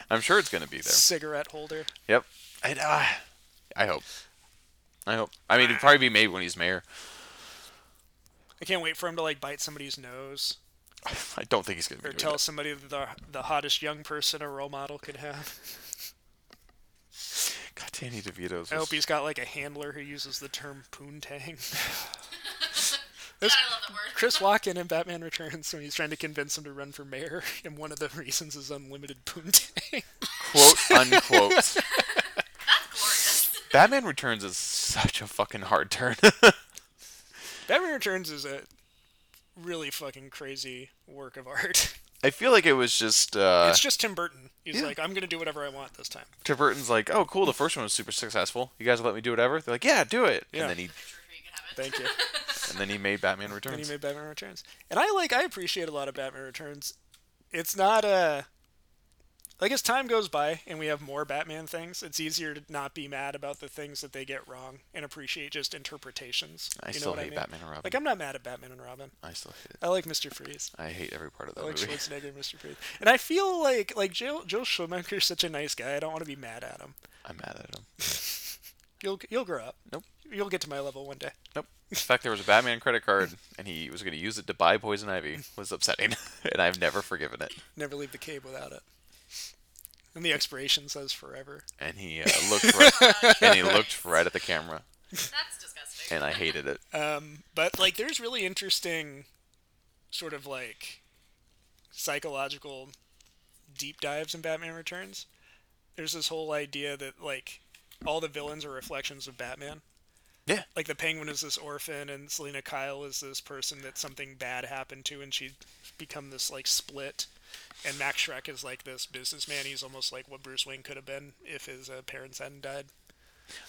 I'm sure it's gonna be there.
Cigarette holder.
Yep. I, uh, I hope. I hope. I mean, it'd probably be made when he's mayor.
I can't wait for him to like bite somebody's nose
I don't think he's gonna be
or
doing
tell
that.
somebody that the the hottest young person a role model could have.
God, Danny DeVito's.
I hope
was-
he's got like a handler who uses the term poontang.
God, I love that word.
Chris Walken in Batman Returns when he's trying to convince him to run for mayor, and one of the reasons is unlimited poontang.
quote unquote.
That's glorious.
Batman Returns is such a fucking hard turn.
Batman Returns is a really fucking crazy work of art.
I feel like it was just uh,
It's just Tim Burton. He's
yeah.
like, I'm gonna do whatever I want this time.
Tim Burton's like, oh cool, the first one was super successful. You guys let me do whatever. They're like, yeah, do it.
Yeah.
And then he
I'm sure you can have it.
Thank you.
and then he made Batman Returns.
and he made Batman Returns. And I like I appreciate a lot of Batman Returns. It's not uh like as time goes by and we have more Batman things, it's easier to not be mad about the things that they get wrong and appreciate just interpretations.
I
you know
still
what I
hate
mean?
Batman and Robin.
Like I'm not mad at Batman and Robin.
I still hate it.
I like Mr. Freeze.
I hate every part of that
I like
movie.
Schwarzenegger and Mr. Freeze. And I feel like like Joe Joe Schumacher's such a nice guy. I don't want to be mad at him.
I'm mad at him.
You'll you'll grow up.
Nope.
You'll get to my level one day.
Nope. In fact, there was a Batman credit card, and he was going to use it to buy poison ivy. Was upsetting, and I've never forgiven it.
Never leave the cave without it. And the expiration says forever.
And he uh, looked right, and he looked right at the camera,
That's disgusting.
and I hated it.
Um, but like, there's really interesting, sort of like, psychological deep dives in Batman Returns. There's this whole idea that like all the villains are reflections of Batman.
Yeah.
Like the Penguin is this orphan, and Selena Kyle is this person that something bad happened to, and she's become this like split. And Max Shrek is like this businessman. He's almost like what Bruce Wayne could have been if his uh, parents hadn't died.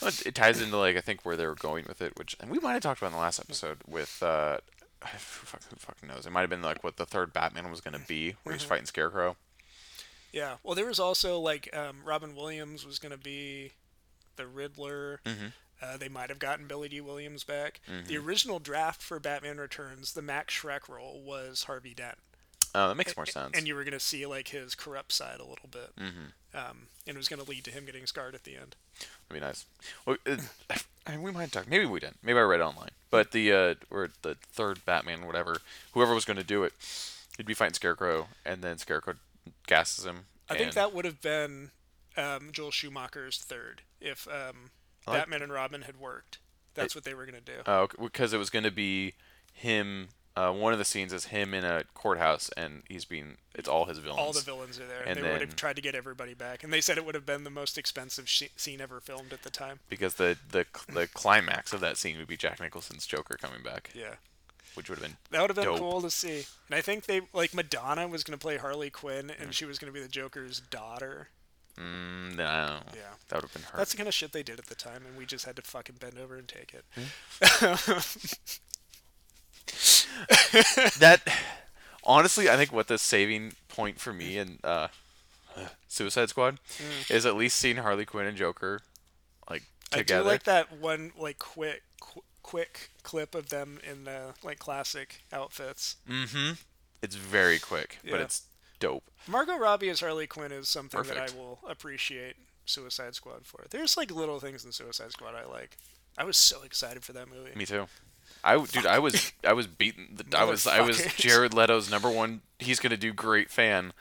Well, It, it ties into like I think where they were going with it, which and we might have talked about in the last episode with uh, who, fuck, who fucking knows? It might have been like what the third Batman was gonna be, where
Mm-hmm.
he's fighting Scarecrow.
Yeah. Well, there was also like um, Robin Williams was going to be the Riddler.
Mm-hmm.
Uh, they might have gotten Billy D. Williams back. The original draft for Batman Returns, the Max Shrek role was Harvey Dent,
Uh, that makes more sense.
and you were going to see like his corrupt side a little bit, mm-hmm. um, and it was going to lead to him getting scarred at the end.
That'd be nice. Well, uh, I mean, we might talk. Maybe we didn't. Maybe I read it online. But the uh, or the third Batman, whatever, whoever was going to do it, he'd be fighting Scarecrow, and then Scarecrow gasses him.
I think
and-
that would have been um, Joel Schumacher's third if um,
like-
Batman and Robin had worked. That's what they were going to do.
Oh, because it was going to be him. Uh, one of the scenes is him in a courthouse, and he's being. It's all his villains.
all the villains are there.
And
they would have
then-
tried to get everybody back, and they said it would have been the most expensive sh- scene ever filmed at the time.
Because the the the climax of that scene would be Jack Nicholson's Joker coming back,
Yeah,
which would have been.
that would have been
Dope.
cool to see. And I think they like Madonna was gonna play Harley Quinn, and she was gonna be the Joker's daughter.
Mm, then I don't know.
Yeah.
That would have been hurt.
That's the kind of shit they did at the time, and we just had to fucking bend over and take it.
Mm, that honestly i think what the saving point for me in uh, suicide squad is at least seeing harley quinn and joker like together
Mm. I do like that one like quick qu- quick clip of them in the like classic outfits.
it's very quick but
Yeah.
it's dope
Margot Robbie as Harley Quinn is something that
Perfect.
I will appreciate Suicide Squad for. There's like little things in Suicide Squad I like. I was so excited for that movie.
me too I w- dude, I was I was beaten. The, I was I was
Motherfuckers.
Jared Leto's number one. He's gonna do great fan,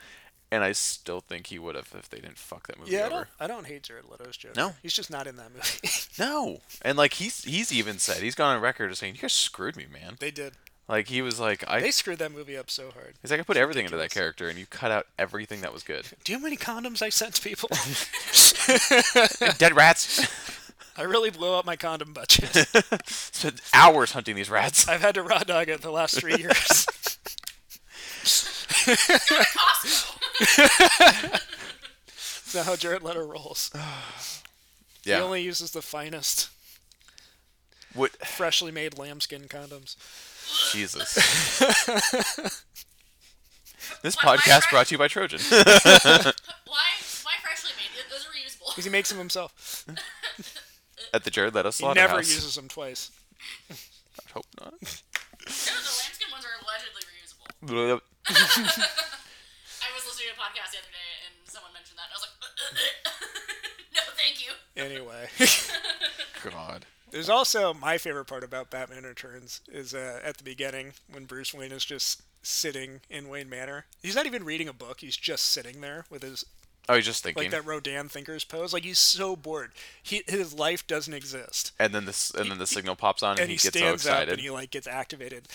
and I still think he would have if they didn't fuck that movie
yeah, I
over.
don't, I don't hate Jared Leto's Joker.
No.
he's just not in that movie.
No, and like he's he's even said he's gone on record as saying you guys screwed me, man.
they did.
Like he was like I
They screwed that movie up so hard.
He's like, I put everything into that character, and you cut out everything that was good.
Do you know how many condoms I sent to people?
Dead rats.
I really blew up my condom budget.
Spent hours hunting these rats.
I've had to raw dog it the last three years.
Costco.
It's not how Jared Leto rolls. He
Yeah.
only uses the finest,
What?
freshly made lambskin condoms.
Jesus. this
What, my
podcast
friend-
brought to you by Trojan.
Why? Why freshly made? Those are reusable.
Because he makes them himself.
At the Jared Leto
He never
slaughterhouse.
uses them twice.
I hope not.
No, the lambskin ones are allegedly reusable. I was listening to a podcast the other day and someone mentioned that. and I was like, no, thank you.
Anyway,
God.
it There's also my favorite part about Batman Returns is uh, at the beginning when Bruce Wayne is just sitting in Wayne Manor. He's not even reading a book. He's just sitting there with his
I was just thinking.
like that Rodin thinker's pose. Like he's so bored. He his life doesn't exist,
and then this and then the signal pops on and,
and he,
he, gets so
stands up
excited.
and he like gets activated.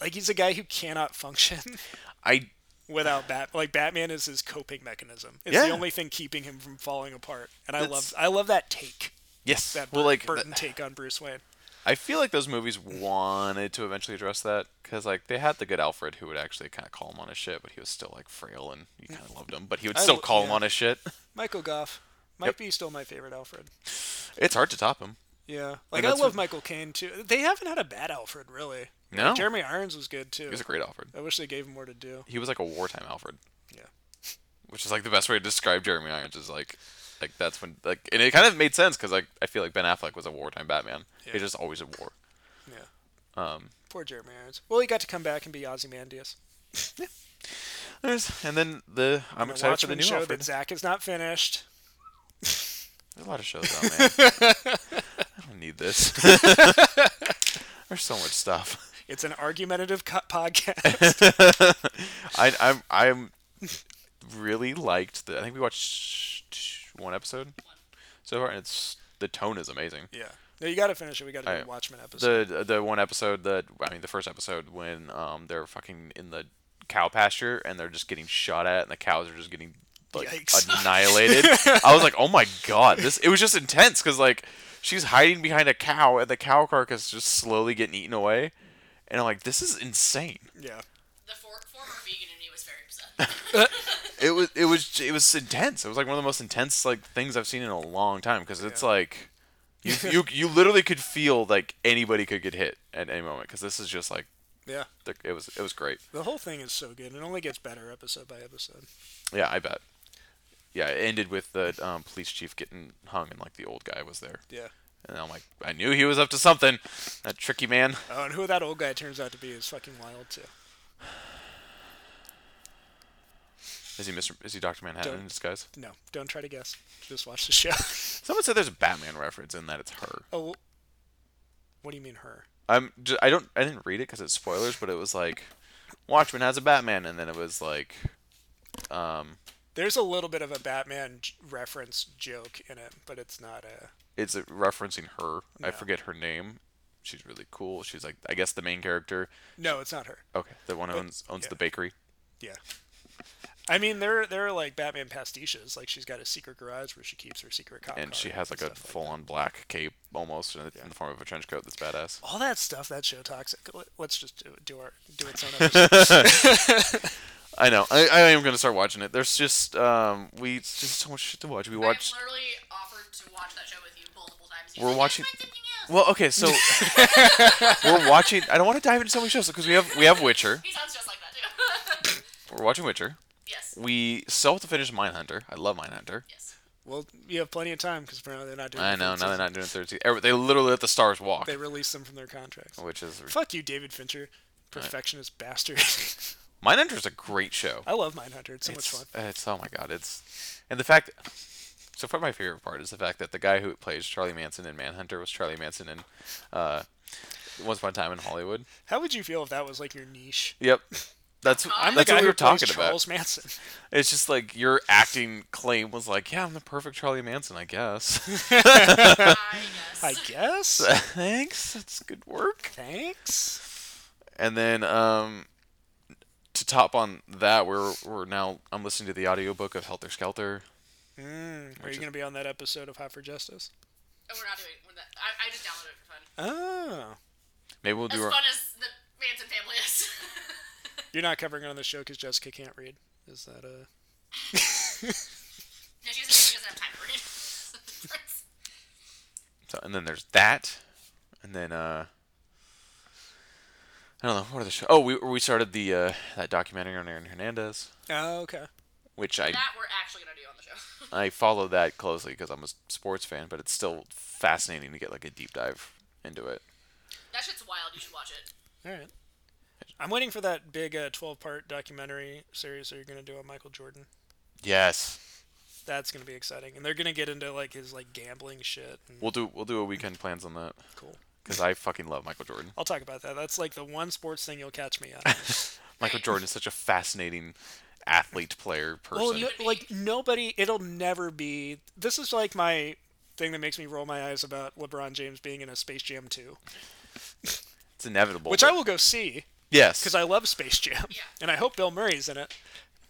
Like he's a guy who cannot function
I
without Bat. Like Batman is his coping mechanism. It's the
Yeah.
only thing keeping him from falling apart. And I
That's-
love I love that take.
yes.
That
well, like
Burton
th-
take on Bruce Wayne.
I feel like those movies wanted to eventually address that because like they had the good Alfred who would actually kind of call him on his shit, but he was still like frail and you kind of loved him, but he would
I
still
lo-
call him
yeah.
on his shit.
Michael Goff might
Yep.
be still my favorite Alfred.
It's hard to top him.
Yeah, like
And
I
that's
love
what-
Michael Caine too. They haven't had a bad Alfred really.
No.
Like, Jeremy Irons was good too.
He was a great Alfred.
I wish they gave him more to do.
He was like a wartime Alfred,
Yeah.
which is like the best way to describe Jeremy Irons is like like that's when like and it kind of made sense because like I feel like Ben Affleck was a wartime Batman.
Yeah.
He's just always at war.
Yeah.
Um,
Poor Jeremy Irons. Well, he got to come back and be Ozymandias.
There's, and then the I'm
The
excited for the
Watchmen
new
show
Alfred.
that Zach is not finished.
There's a lot of shows out, man. I don't need this. There's so much stuff.
It's an argumentative co- podcast.
I, I'm I'm really liked the. I think we watched one episode so far, and it's the tone is amazing.
yeah. No, you got to finish it. We got to do
I-
a Watchmen episode.
The the one episode that I mean the first episode when um they're fucking in the cow pasture and they're just getting shot at and the cows are just getting like
Yikes.
annihilated. I was like, oh my god, this it was just intense because like she's hiding behind a cow and the cow carcass is just slowly getting eaten away, and I'm like, this is insane.
yeah.
The for- former vegan in me was very upset.
It was it was it was intense. It was like one of the most intense like things I've seen in a long time because it's
Yeah.
like. You, you, you literally could feel like anybody could get hit at any moment because this is just like
Yeah.
the- it was it was great.
The whole thing is so good. It only gets better episode by episode.
Yeah, I bet. Yeah, it ended with the um, police chief getting hung, and like the old guy was there,
Yeah.
and I'm like, I knew he was up to something. That tricky man.
Oh, and who that old guy turns out to be is fucking wild too.
Is he Mr. Is he Doctor Manhattan
Don't-
in disguise?
No, don't try to guess. Just watch the show.
Someone said there's a Batman reference in that. It's her.
oh. What do you mean her?
I'm j- I don't I didn't read it because it's spoilers, but it was like Watchmen has a Batman, and then it was like, um,
There's a little bit of a Batman j- reference joke in it, but it's not a.
it's uh, referencing her.
Yeah.
I forget her name. She's really cool. She's like I guess the main character.
No, it's not her.
Okay, the one who owns owns
yeah.
the bakery.
Yeah. I mean, there there are like Batman pastiches. Like she's got a secret garage where she keeps her secret cop
and she
car
has like a
stuff
full on black cape almost in, in the form of a trench coat that's badass.
all that stuff. That show toxic. Let- Let's just do, do our do its own episode.
I know. I, I am gonna start watching it. There's just um we it's just so much shit to watch. We watched
I've literally offered to watch that show with you multiple times.
We're watching-
Well,
well, okay, so we're watching. I don't want to dive into so many shows because we have we have Witcher.
he sounds just like that too.
We're watching Witcher.
yes.
We still have to finish Mindhunter. I love Mindhunter.
Yes.
well, you have plenty of time because apparently they're not doing.
I
the
know.
third
Now they're
season.
not doing third season. Every- They literally let the stars walk,
They released them from their contracts.
which is
Fuck you, David Fincher, perfectionist bastard.
Mindhunter is a great show.
I love Mindhunter. It's so much
it's,
fun.
It's oh my god, it's and the fact. So far, my favorite part is the fact that the guy who plays Charlie Manson in Manhunter was Charlie Manson in uh, Once Upon a Time in Hollywood.
How would you feel if that was like your niche?
Yep, that's
I'm
The
that's
guy
what we
who
were
plays
talking
Charles
about.
Manson.
It's just like your acting claim was like, yeah, I'm the perfect Charlie Manson, I guess.
I
I
guess.
guess.
Thanks, that's good work.
Thanks.
And then um, to top on that, we're we're now I'm listening to the audiobook of Helter Skelter.
Mm, are you going to be on that episode of Hot for Justice?
Oh, We're not doing we're not, I, I just downloaded it for fun.
Oh.
Maybe we'll
As
do our,
fun as the Manson family is.
You're not covering it on the show because Jessica can't read. Is that uh, a?
no, she doesn't, she doesn't have time for it.
So, and then there's that, and then uh, I don't know what are the show. Oh, we we started the uh, that documentary on Aaron Hernandez,
Oh, okay.
which I
that we're actually gonna do on the show.
I follow that closely because I'm a s- sports fan, but it's still fascinating to get like a deep dive into it.
That shit's wild. You should watch it.
All right. I'm waiting for that big uh, 12-part documentary series that you're going to do on Michael Jordan.
Yes,
that's gonna be exciting, and they're gonna get into like his like gambling shit. And
We'll do we'll do a weekend plans on that
cool.
because I fucking love Michael Jordan.
I'll talk about that. That's like the one sports thing you'll catch me on.
Michael
Right.
Jordan is such a fascinating athlete, player, person.
Well, no- like nobody, it'll never be. This is like my thing that makes me roll my eyes about LeBron James being in a Space Jam 2,
it's inevitable.
which
but-
I will go see
yes,
because I love Space Jam,
Yeah.
and I hope Bill Murray's in it.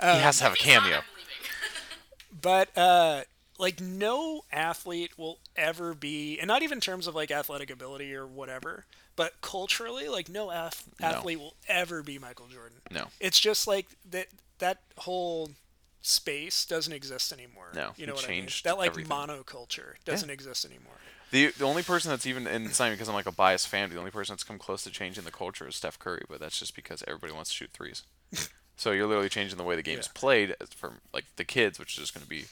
he has to have a
If he's not,
cameo.
I'm leaving.
But uh, like no athlete will ever be, and not even in terms of like athletic ability or whatever, but culturally, like no ath-
No.
athlete will ever be Michael Jordan.
No,
It's just like that that whole space doesn't exist anymore.
No,
you know
it
what
changed
I mean? That like
everything.
monoculture doesn't exist anymore.
the the only person that's even and it's not even because I'm like a biased fan. But the only person that's come close to changing the culture is Steph Curry, but that's just because everybody wants to shoot threes. so you're literally changing the way the game's
Yeah.
played as from like the kids, which is just going to be.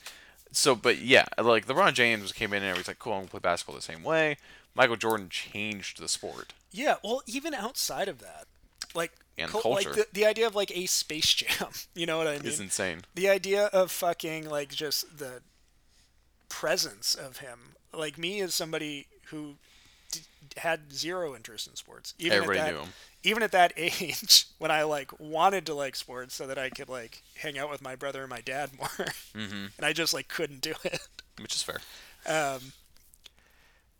So, but yeah, like LeBron James came in and everybody's like, "Cool, I'm gonna play basketball the same way." Michael Jordan changed the sport.
Yeah, well, even outside of that, like
And
like
culture.
the, the idea of like a space jam. You know what I mean?
It's insane.
the idea of fucking like just the presence of him like me as somebody who d- had zero interest in sports even
Everybody
at that,
knew him.
even at that age when i like wanted to like sports so that i could like hang out with my brother and my dad more and i just like couldn't do it
which is fair.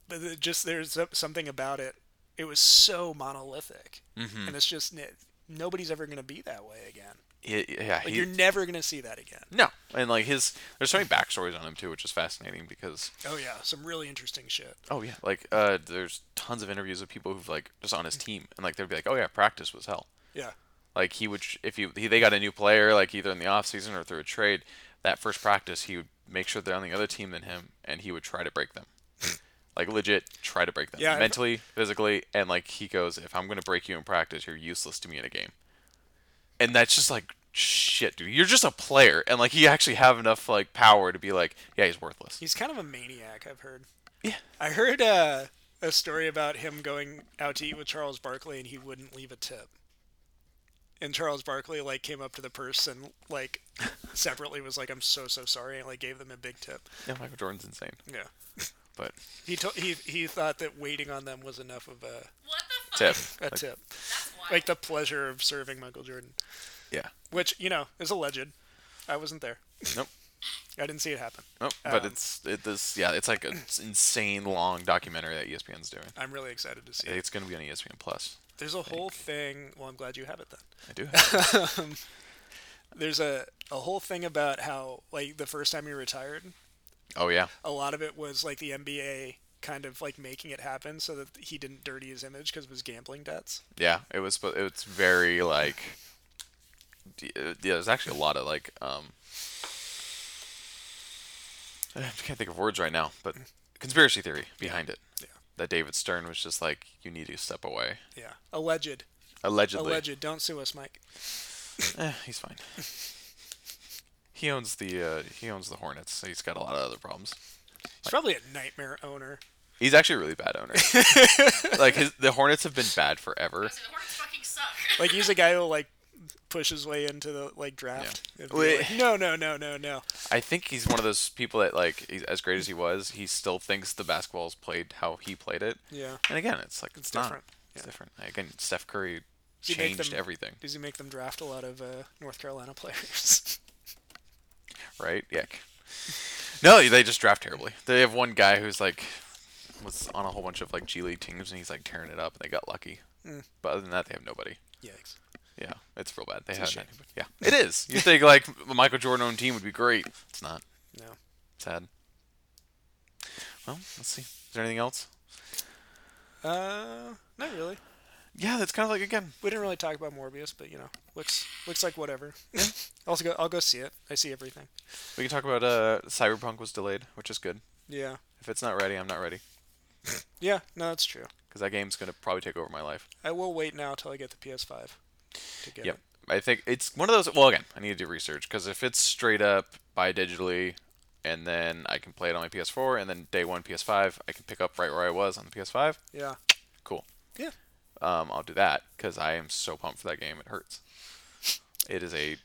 but the, just there's so- something about it it was so monolithic and it's just n- nobody's ever going to be that way again
Yeah, yeah.
like
he-
you're never going to see that again
no, and like his, there's so many backstories on him too, which is fascinating because
oh yeah some really interesting shit
oh yeah, like uh, there's tons of interviews of people who've like just on his team, and like they'd be like, oh yeah, practice was hell.
yeah
Like he would, if he, he they got a new player, like either in the off season or through a trade, that first practice he would make sure they're on the other team than him, and he would try to break them. Like legit, try to break them
Yeah, I've-
mentally, physically, and like he goes, if I'm gonna break you in practice, you're useless to me in a game. and that's just like shit dude you're just a player and like you actually have enough like power to be like yeah he's worthless
He's kind of a maniac, I've heard.
Yeah.
I heard uh, a story about him going out to eat with Charles Barkley and he wouldn't leave a tip. And Charles Barkley like came up to the person like separately was like I'm so so sorry and like gave them a big tip.
yeah michael jordan's insane
Yeah.
but
He to- he he thought that waiting on them was enough of a,
What the fuck?
tip
a tip.
That's wild.
Like the pleasure of serving Michael Jordan,
yeah
which, you know, is alleged. I wasn't there.
nope
I didn't see it happen.
nope but
Um,
it's it this yeah it's like an insane long documentary that E espn's doing
I'm really excited to see it.
it's gonna be on E espn plus
There's a whole thing. Well, I'm glad you have it then.
i do have
there's a, a whole thing about how like the first time he retired
oh yeah
a lot of it was like the nba kind of like making it happen so that he didn't dirty his image because of his gambling debts
yeah it was but it's very like d- uh, yeah there's actually a lot of like um i can't think of words right now but conspiracy theory behind it
yeah
that David Stern was just like, you need to step away.
yeah alleged
Allegedly.
alleged don't sue us mike
Eh, he's fine. he owns the uh, he owns the Hornets, so he's got a lot of other problems.
he's probably a nightmare owner
He's actually a really bad owner. like his, the Hornets have been bad forever.
So the Hornets fucking suck.
like he's a guy who like push his way into the like draft and be
Wait.
like, no no no no no
I think he's one of those people that like he's, as great as he was, he still thinks the basketball is played how he played it.
yeah
And again, it's like it's,
different.
different. It's different. Again, Steph Curry
Does he make
changed
them-
everything,
does he make them draft a lot of uh, north carolina players
right? Yuck. No, they just draft terribly. They have one guy who's like was on a whole bunch of like G League teams and he's like tearing it up and they got lucky.
Hmm.
But other than that, they have nobody.
yikes
Yeah, it's real bad. They
a
have
shame.
anybody. Yeah, it is. You think like a Michael Jordan owned team would be great? It's not.
no
Sad. Well, let's see. Is there anything else?
uh not really
Yeah, that's kind of like again.
We didn't really talk about Morbius, but you know, looks looks like whatever. also, go I'll go see it. I see everything.
We can talk about uh Cyberpunk was delayed, which is good.
Yeah,
If it's not ready, I'm not ready
yeah, no, that's true.
because that game's gonna probably take over my life.
I will wait now till I get the PS5 to get
Yep.
it.
I think it's one of those. Well, again, I need to do research because if it's straight up buy digitally, and then I can play it on my PS4, and then day one PS5, I can pick up right where I was on the PS5.
Yeah,
Cool.
yeah,
um, I'll do that because I am so pumped for that game. It hurts. It is a.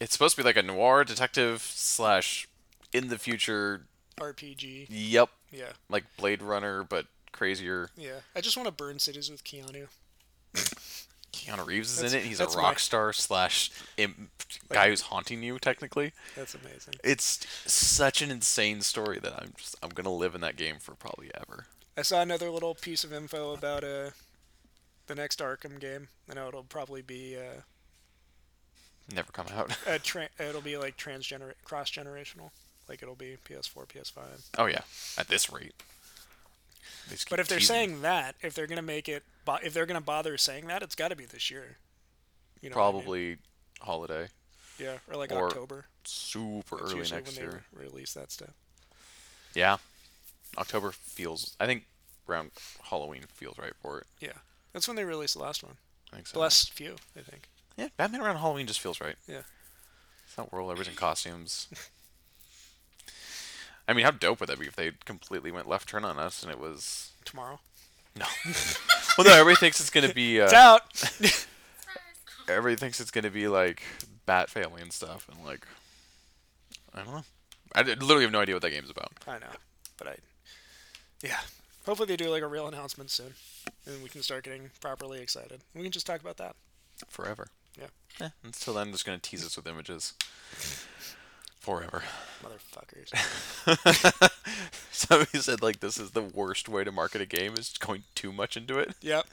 It's supposed to be like a noir detective slash in the future.
RPG.
Yep,
Yeah,
like Blade Runner, but crazier.
yeah. I just want to burn cities with Keanu.
Keanu Reeves is
That's-
in it. He's a
that's my-
rock star slash im guy who's haunting you. Technically,
That's amazing.
it's such an insane story that I'm just I'm gonna live in that game for probably ever.
I saw another little piece of info about uh, the next Arkham game. I know it'll probably be uh,
Never come out.
a tra- it'll be like transgener cross generational. Like it'll be PS4, PS5.
oh yeah, at this rate. They just
But
keep
if they're
teasing.
saying that, if they're gonna make it, bo- if they're gonna bother saying that, it's got to be this year. You know what I mean?
probably holiday,
Yeah, or like
or
October.
super
It's
early
usually
next
when
year.
they re- release that stuff.
Yeah. October feels. I think around Halloween feels right for it.
Yeah, that's when they released the last one.
I think so.
The last few, I think.
Yeah, Batman around Halloween just feels right.
Yeah.
It's not world everything costumes. I mean, how dope would that be if they completely went left turn on us and it was
Tomorrow.
no. well, no, everybody thinks it's gonna be.
It's
Uh,
out.
Surprise.
everybody thinks it's gonna be like Bat Family and stuff, and like, I don't know. I d- literally have no idea what that game's about.
I know, but I. Yeah. Hopefully they do like a real announcement soon, and we can start getting properly excited. We can just talk about that.
Forever.
Yeah.
Eh, until then, just gonna tease us with images. Forever.
Motherfuckers.
Somebody said like this is the worst way to market a game is going too much into it.
yep.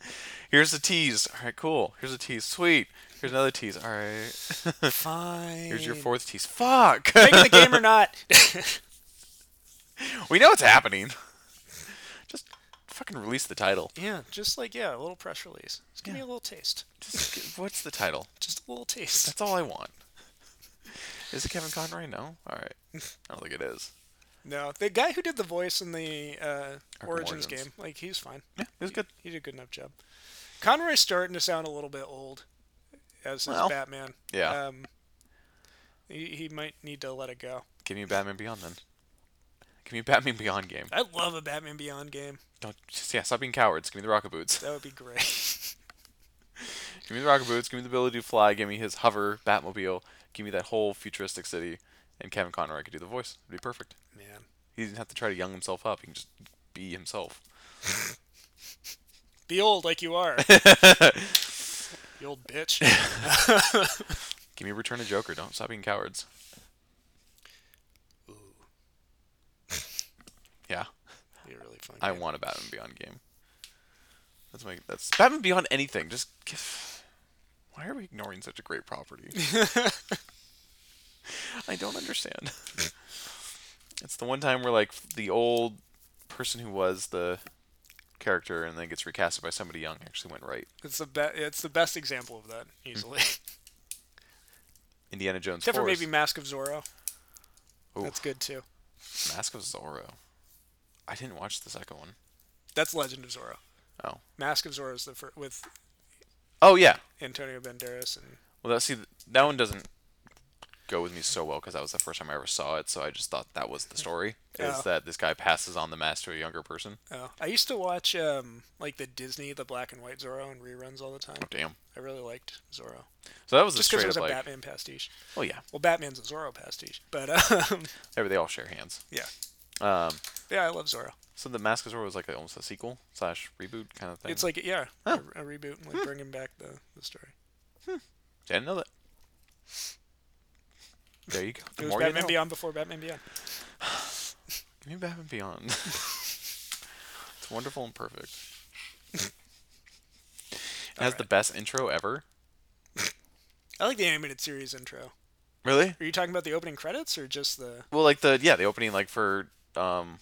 Here's a tease. All right, cool. Here's a tease. Sweet. Here's another tease. All right.
Fine.
Here's your fourth tease. Fuck.
Make the game or not.
we know it's happening. Just fucking release the title.
yeah, just like yeah, a little press release. Just give me a little taste.
Just g- what's the title?
Just a little taste.
That's all I want. Is it Kevin Conroy? No. All right. I don't think it is.
No, the guy who did the voice in the uh, Origins
Origins.
game, like he's fine.
Yeah, it was good.
He did a good enough job. Conroy's starting to sound a little bit old as his
Well,
Batman.
yeah.
Um, he, he might need to let it go.
Give me a Batman Beyond then. Give me a Batman Beyond game.
I love a Batman Beyond game.
Don't just yeah. Stop being cowards. Give me the rocket boots.
That would be great.
Give me the rocket boots. Give me the ability to fly. Give me his hover Batmobile. Give me that whole futuristic city. And Kevin Conroy could do the voice. It'd be perfect.
Man.
He didn't have to try to young himself up. He can just be himself.
Be old like you are. you old bitch.
Give me Return of Joker. Don't stop being cowards. yeah,
You're really funny.
I want a Batman Beyond game. That's my. That's Batman Beyond anything. Just give. Why are we ignoring such a great property? I don't understand. it's the one time where like the old person who was the character and then gets recasted by somebody young actually went right.
It's the be- it's the best example of that easily.
Mm. Indiana Jones.
Except for
4 is-
maybe Mask of Zorro.
Ooh.
That's good too.
Mask of Zorro. I didn't watch the second one.
That's Legend of Zorro.
Oh.
Mask of Zorro is the fir- with
Oh yeah.
Antonio Banderas and
Well, that see th- that one doesn't go with me so well because that was the first time I ever saw it, so I just thought that was the story.
Oh.
Is that this guy passes on the mask to a younger person?
oh, I used to watch um like the Disney the black and white Zorro and reruns all the time.
Oh damn.
I really liked Zorro
So that was a
just because
straight
it was a
up like.
Batman pastiche.
Oh yeah.
Well, Batman's a Zorro pastiche, but um,
They, they all share hands.
yeah,
Um.
yeah, I love Zorro.
So the Mask of Zorro was like a, almost a sequel slash reboot kind of thing.
It's like yeah,
Oh.
a, a reboot and like bringing back the, the story.
I didn't know that. There you go. The
It was
more
Batman
you know.
Beyond before Batman Beyond.
Give me Batman Beyond. it's wonderful and perfect. It has the best intro ever.
I like the animated series intro.
Really?
Are you talking about the opening credits or just the?
Well, like the yeah, the opening like for um,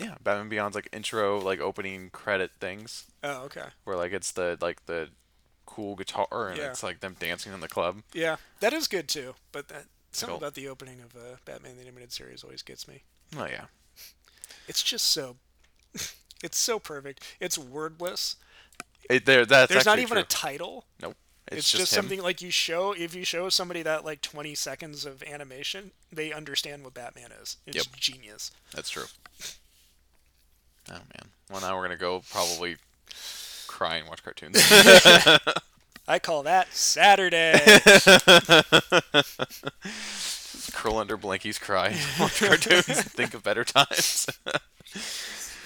yeah, Batman Beyond's like intro like opening credit things
Oh, okay.
where like it's the like the cool guitar and
Yeah.
it's like them dancing in the club.
Yeah, that is good too. But that something
Cool.
about the opening of uh, Batman the animated series always gets me.
Oh yeah,
It's just so. it's so perfect. It's wordless.
it, there that's
There's not
actually
even a
true.
title.
nope. It's,
It's,
just,
just,
him.
something like you show if you show somebody that like 20 seconds of animation, they understand what Batman is. It's
Yep.
genius.
That's true. Oh man, well now we're gonna go probably cry and watch cartoons.
I call that Saturday.
curl under blankies, cry, watch cartoons, and think of better times.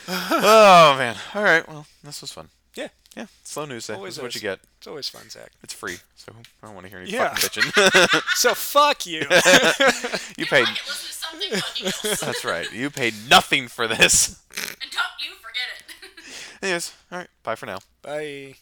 oh man! All right, well, this was fun.
Yeah,
Yeah, slow news. Day. This
Always
is what
is.
you get.
it's always fun, Zach.
It's free, so I don't want to hear any
Yeah.
fucking bitching.
So fuck you.
you
If I
paid.
could listen to something fucking else.
That's right. You paid nothing for this.
and don't you forget it.
Anyways, all right. Bye for now.
Bye.